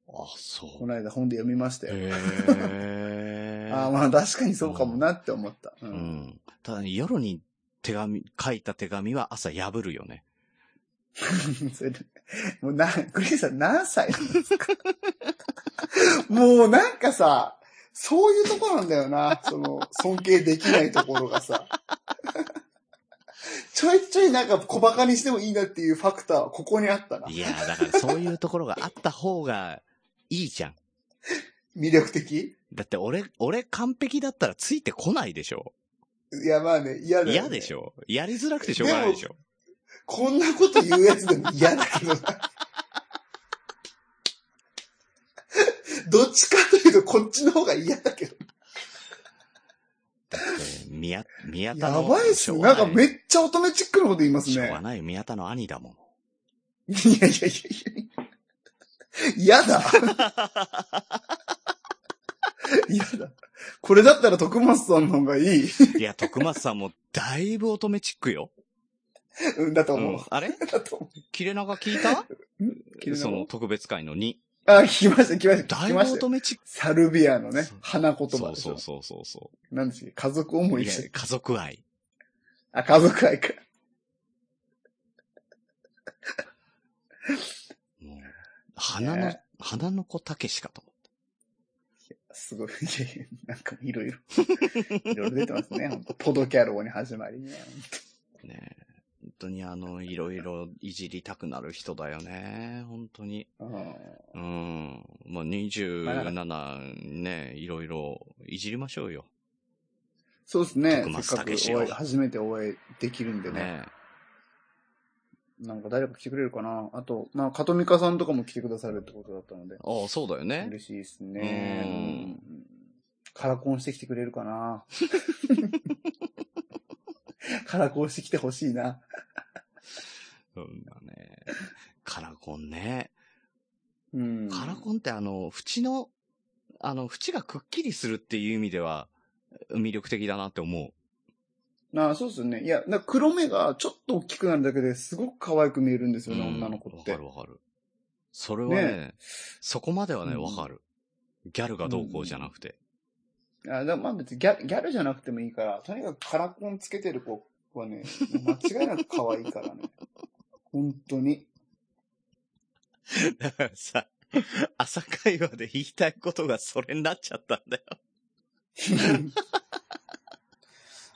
S3: あ、そ
S1: こ <laughs>
S3: う。
S1: の間本で読みましたよ。
S3: へえ
S1: ああ、まあ確かにそうかもなって思った。
S3: う
S1: う。
S3: んん。ただ、ね、夜に手紙、書いた手紙は朝破るよね。
S1: <laughs> それでもうな、グリーンさん何歳なんですか <laughs> もうなんかさ、そういうとこなんだよな。その、尊敬できないところがさ。 <laughs> ちょいちょいなんか小馬鹿にしてもいいなっていうファクターはここにあったな。
S3: いやー、だからそういうところがあった方がいいじゃん。
S1: 魅力的
S3: だって俺、俺完璧だったらついてこないでしょ。
S1: いや、まあね、嫌だ、ね。
S3: 嫌でし
S1: ょ。
S3: ょ。やりづらくてしょうがないでしょ。
S1: こんなこと言うやつでも嫌だけどな。 <laughs> どっちかというと、こっちの方が嫌だけど。
S3: だって、宮、宮田
S1: や
S3: の。
S1: ばいっすね。
S3: しょ
S1: な
S3: うんが
S1: か
S3: い
S1: めっちゃ乙女チックなこと言いますね。い
S3: しょう
S1: や
S3: がないよ。宮田の兄だもん。
S1: いやいやいやいや。嫌だ。
S3: <laughs>
S1: 嫌だ。これだったら徳松さんの方がいい。
S3: いや、徳松さんもだいぶ乙女チックよ。
S1: うん、だと
S3: う
S1: 思う。
S3: ん、あれ
S1: だと思
S3: 切れ長聞いた
S1: う。 <laughs> 切れ
S3: そ
S1: 長
S3: の特別会の2。
S1: あ、聞きました、聞きました。
S3: だ
S1: 聞
S3: い
S1: き
S3: ぶ
S1: ました
S3: 乙
S1: よ。
S3: 女チック。
S1: サルビアのね
S3: そう、
S1: 花言葉でし
S3: そ
S1: ょ。
S3: うそうそうそうそ
S1: なんです家族
S3: う。
S1: 思い
S3: い
S1: し
S3: や
S1: て、
S3: 家族愛。
S1: あ、家族愛か。
S3: もう、花の
S1: ね、
S3: 花の子たけしかと思っ
S1: すごい。いやいや、なんかいろいろ。いろいろ出てますね。ほんとポドキャローに始まりね。
S3: たね。本当にあの、いろいろいじりたくなる人だよね。本当に。
S1: うん
S3: うん。まあ、27ね、いろいろいじりましょうよ。
S1: そうですね
S3: 徳。松
S1: せっかく
S3: 武史を
S1: お会い初めてお会いできるんでね。
S3: ね。
S1: なんか誰か来てくれるかな。あと、まあ、カトミカさんとかも来てくださるってことだったので。
S3: ああ、そうだよね。
S1: 嬉しいですね。うんカラコンしてきてくれるかな。 <laughs> カラコンしてきてほしいな。
S3: うんまあね。カラコンね。
S1: うん。
S3: カラコンってあの、縁の、あの、縁がくっきりするっていう意味では、魅力的だなって思う。
S1: なあ、そうですよね。いや、なんか黒目がちょっと大きくなるだけですごく可愛く見えるんですよね、
S3: うん
S1: 女の子って。
S3: わかるわかる。それはね、
S1: ね
S3: そこまではね、
S1: うん
S3: わかる。ギャルがどうこうじゃなくて。
S1: あだまあ別にギャギャルじゃなくてもいいから、とにかくカラコンつけてる子はね、間違いなく可愛いからね。 <laughs> 本当に。 <laughs>
S3: だからさ、朝会話で言いたいことがそれになっちゃったんだよ。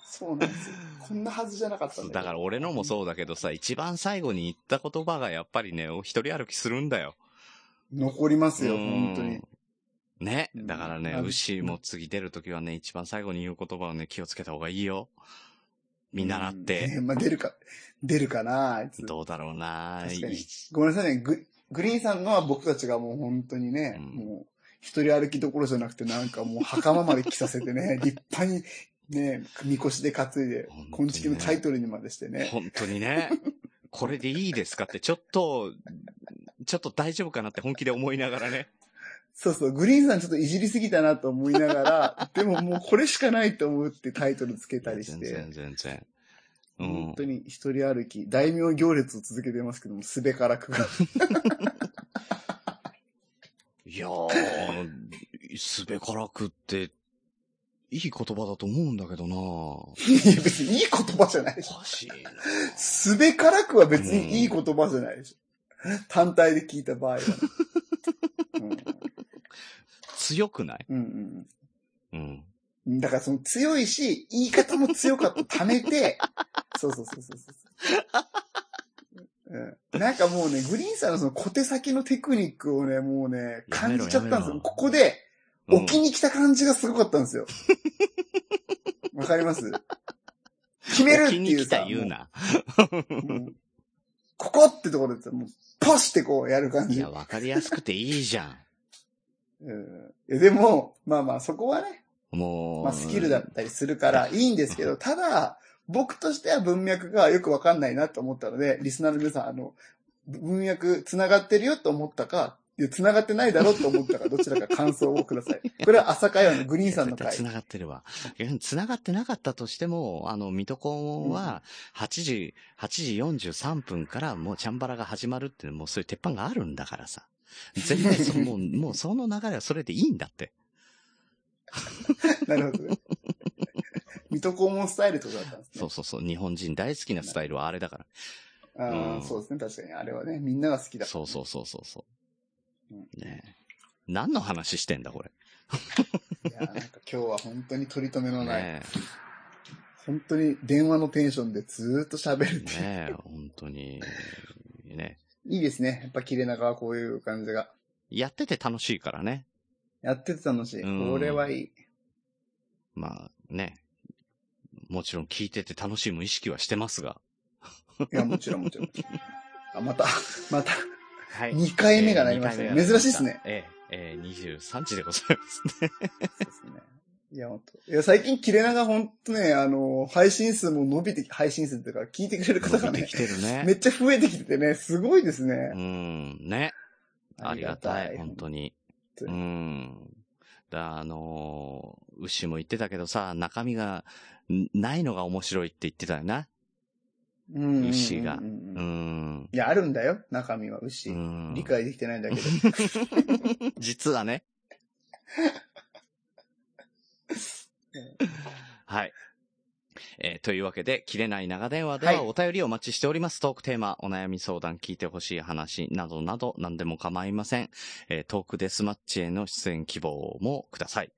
S1: そうなんですよ。こんなはずじゃなかったんだけど
S3: だから俺のもそうだけどさ、一番最後に言った言葉がやっぱりね、お一人歩きするんだよ。
S1: 残りますよ、
S3: うん
S1: 本当に。
S3: ね。
S1: うん
S3: だからね、
S1: あの
S3: 牛も次出るときはね、一番最後に言う言葉をね、気をつけた方がいいよ。見習っ
S1: うんね
S3: て。
S1: まあ出るか、出るかな、あいつ。
S3: どうだろうな
S1: 確かに
S3: い
S1: ごめんなさいね。ググリーンさんのは僕たちがもう本当にね、
S3: うん
S1: もう一人歩きどころじゃなくてなんかもう袴まで着させてね、立派にね、みこしで担いで
S3: 本当にね、
S1: 昆虫のタイトルにまでしてね。
S3: 本当にね。これでいいですかって、ちょっと、ちょっと大丈夫かなって本気で思いながらね。
S1: そうそう、グリーンさんちょっといじりすぎたなと思いなが
S3: <laughs>
S1: ら、でももうこれしかないと思うってタイトルつけたりし
S3: いや
S1: て
S3: 全、然、全然。う
S1: 本
S3: ん
S1: 当。に一人歩き、大名行列を続けてますけども、すべからくが。
S3: いやー、 <laughs> すべからくって、いい言葉だと思うんだけどなお
S1: いや、別にいい言葉じゃな
S3: <laughs>
S1: いでしょ。
S3: かしいな
S1: すべからくは別にいい言葉じゃないでしょ。単体で聞いた場合
S3: <laughs>
S1: はね、
S3: 強くない
S1: うん。う
S3: う
S1: ん
S3: ん。
S1: うん。だからその強いし、言い方も強かったため
S3: <laughs>
S1: て、そうそうそうそうそう。うん、なんかもうね、グリーンさんのその小手先のテクニックをね、もうね、感じちゃ
S3: や
S1: ったんです
S3: めろやめろ
S1: よ。ここで、
S3: うん
S1: 置きに来た感じがすごかったんですよ。
S3: <laughs>
S1: わかります決めるっ
S3: 置
S1: て
S3: き
S1: い
S3: に
S1: う
S3: 来
S1: さ。
S3: た言うな。
S1: もう。うんここってところでさ、もう、ポシってこうやる感
S3: い
S1: じ。
S3: や、わかりやすくていいじゃ
S1: うんいやでも、まあまあそこはね、
S3: ん。もう。
S1: まあスキルだったりする
S3: <laughs>
S1: からいいんですけど、ただ、僕としては文脈がよくわかんないなと思ったので、リスナーの皆さん、あの、文脈繋がってるよと思ったか、いや繋がってないだろうと思ったか、どちらか感想をくださ
S3: <laughs>
S1: い。これは朝会話のグリーンさんの
S3: 絶対
S1: 回。
S3: 繋がってるわ。逆に繋がってなかったとしても、あの、水戸黄門は、8時、8時43分からもうチャンバラが始まるっていう、もうそういう鉄板があるんだからさ。絶対そ、もう、もうその流れはそれでいいんだって。
S1: なるほどね。水戸黄門スタイルってことだったんですね。
S3: そうそうそう。日本人大好きなスタイルはあれだから。
S1: あ
S3: うん
S1: ーそうですね、確かに。あれはね、みんなが好きだ。
S3: そうそうそうそうそう
S1: うん。
S3: ねえ何の話してんだ、これ。
S1: いやーなんか今日は本当に取り留めのない、
S3: ね
S1: 本当に電話のテンションでずーっと喋る
S3: え、
S1: っていう。
S3: ねえ、本当に。ね
S1: いいですね。やっぱ切れ長はこういう感じが。
S3: やってて楽しいからね。
S1: やってて楽しい。
S3: うん
S1: こ
S3: <laughs>
S1: れはいい。
S3: まあね。もちろん聞いてて楽しむ意識はしてますが。
S1: いや、もちろんも
S3: <laughs>
S1: ちろん。あ、また、 <laughs> また、
S3: は
S1: 2回目がなりましたね。珍しいですね。。
S3: ええ、ええ、23時でございますね。
S1: そうですね。いや、本当。いや、最近切れ長ほんとね、あの、配信数も伸びてき、配信数っていうか、聞いてくれる方
S3: 伸
S1: が
S3: びて
S1: ね
S3: き、てる
S1: <laughs> め
S3: ね。
S1: っちゃ増えてきててね、すごいです
S3: う
S1: ね。
S3: ん、ね。ありがたい、本当に。
S1: 当
S3: う
S1: に
S3: ん。だあのー、牛も言ってたけどさ、中身がんないのが面白いって言ってたよな。
S1: うんうんうんうん
S3: 牛がう
S1: い
S3: ん。
S1: や、あるんだよ、中身は牛
S3: う。ん
S1: 理解できてないんだけど。
S3: <laughs> 実はね。はい。えーというわけで、切れない長電話で
S1: はい
S3: はお便りをお待ちしております。トークテーマ、お悩み相談、聞いてほしい話などなど何でも構いません。えートークデスマッチへの出演希望もください。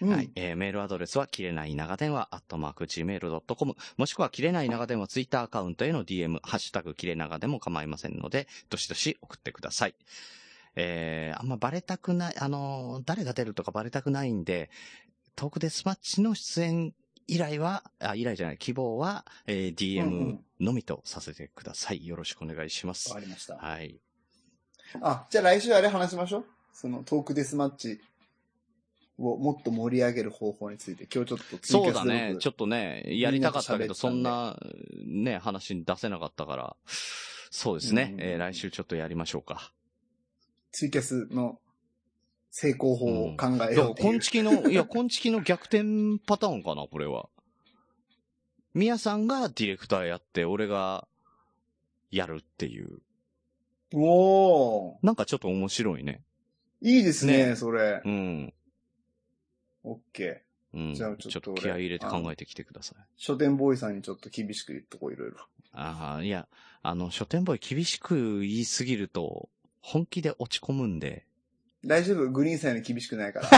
S1: うん
S3: はい。えーメールアドレスは、切れない長電話、アットマーク gmail.com、もしくは、切れない長電話ツイッターアカウントへの DM、ハッシュタグ、切れ長でも構いませんので、どしどし送ってください。えーあんまバレたくない、あのー誰が出るとかバレたくないんで、トークデスマッチの出演依頼は、あ、依頼じゃない、希望は、えー
S1: うんう
S3: DM
S1: ん
S3: のみとさせてください。よろしくお願いします
S1: わか。りました。
S3: はい。
S1: あ、じゃあ来週あれ話しましょう。そのトークデスマッチをもっと盛り上げる方法について、今日ちょっと追
S3: そう
S1: 加
S3: だ
S1: すること
S3: ね。ちょっとね、やりたかったけど、そ
S1: み
S3: ん
S1: ん
S3: な、ね、話に出せなかったから、そうですね。
S1: うん
S3: えー来週ちょっとやりましょうか。
S1: ツイキャスの成功法を考え
S3: いや、
S1: ようっていう。
S3: 今月の、いや、今月の逆転パターンかな、これは。みやさんがディレクターやって、俺が、やるっていう。
S1: お
S3: なんかちょっと面白いね。
S1: ーいいですね、
S3: ね
S1: それ
S3: う。ん。
S1: オッケー。
S3: うん。
S1: じゃあちょっと
S3: ちょっと気合い入れて考えてきてください。
S1: 書店ボーイさんにちょっと厳しく言っとこう、いろいろ。
S3: ああ、いや、あの、書店ボーイ厳しく言いすぎると、本気で落ち込むんで。
S1: 大丈夫グリーンさんより厳しくないから。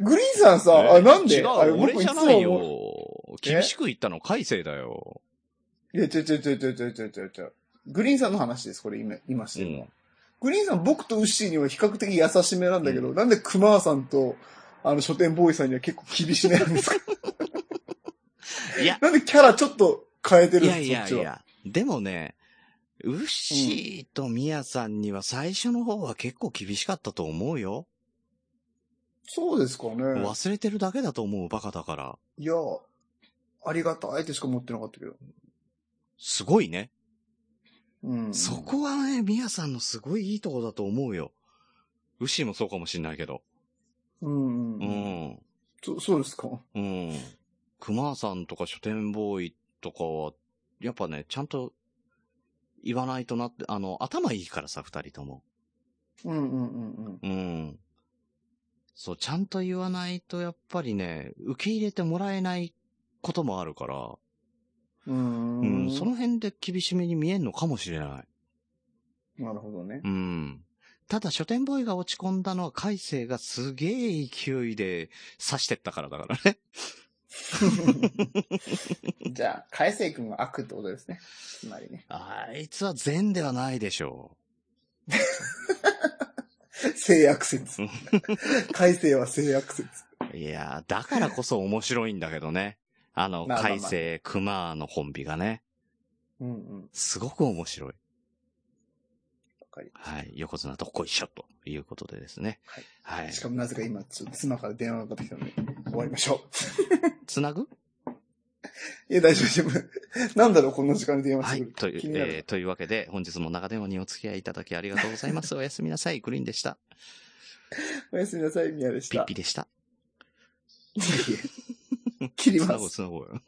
S1: グリーンさん
S3: <laughs> ね
S1: さ、あ、なんで
S3: 違う
S1: あれ、
S3: 俺
S1: 僕
S3: じ
S1: い
S3: ゃ
S1: つ
S3: ない
S1: も思う。
S3: よ。厳しく言ったの、海星だよ。
S1: いや、ちょいちょいちょいちょいちょいちょいちょいちょい。グリーンさんの話です、これ今、今してるのは。
S3: うん
S1: グリーンさん、僕とウッシーには比較的優しめなんだけど、なんでクマーさんと、あの、書店ボーイさんには結構厳しめなんですか
S3: いや、
S1: <laughs> なんでキャラちょっと変えてる
S3: い
S1: ん
S3: や
S1: で
S3: い
S1: すか
S3: やいや。でもね、ウッシーとミヤさんには最初の方は結構厳しかったと思うよ。
S1: そうですかね。
S3: 忘れてるだけだと思う、バカだから。
S1: いや、ありがたいってしか持ってなかったけど。
S3: すごいね。
S1: うん。
S3: そこはね、ミヤさんのすごいいいとこだと思うよ。ウッシーもそうかもしんないけど。
S1: うん。
S3: う
S1: うん。
S3: ん。
S1: そ、そうですか
S3: うん。熊さんとか書店ボーイとかは、やっぱね、ちゃんと言わないとなって、あの、頭いいからさ、二人とも。
S1: うんうんうんうん。
S3: うん。そう、ちゃんと言わないと、やっぱりね、受け入れてもらえないこともあるから、
S1: う
S3: うんん、その辺で厳しめに見えんのかもしれない。
S1: なるほ
S3: <laughs>
S1: どね。 <laughs>
S3: うん。ただ、書店ボーイが落ち込んだのは、海星がすげえ勢いで刺してったからだからね。
S1: じゃあ、海星君は悪ってことですね。つまりね。
S3: <laughs>
S1: <laughs>
S3: あいつは善ではないでしょ
S1: 性悪説。海星は性悪説。
S3: う。いやー、だからこそ面白いんだけどね。あの、
S1: まあまあまあ
S3: 海星、熊のコンビがね、
S1: うんうん。
S3: すごく面白い。
S1: わかり
S3: はい。横綱とこいしょということでですね。はい。
S1: しかもなぜか今、ちょっと妻から電話がかかってきたので、終わりましょ
S3: つなぐ
S1: う。 <laughs> いや、大丈夫、大丈夫。 <laughs> なんだろう、こんな時間に電話し
S3: はい
S1: てくる。。
S3: とい
S1: 気
S3: う
S1: に、な
S3: えー
S1: る。
S3: というわけで、本日も長電話にお付き合いいただきありがとうござい
S1: <laughs>
S3: ます。おやすみなさい。グリーンでした。
S1: おやすみなさい、宮でし
S3: ピッ
S1: た
S3: ピ。でした。
S1: <laughs> いえいえ切り
S3: つ <laughs>
S1: ま
S3: なごう、
S1: す。
S3: つなごうよ。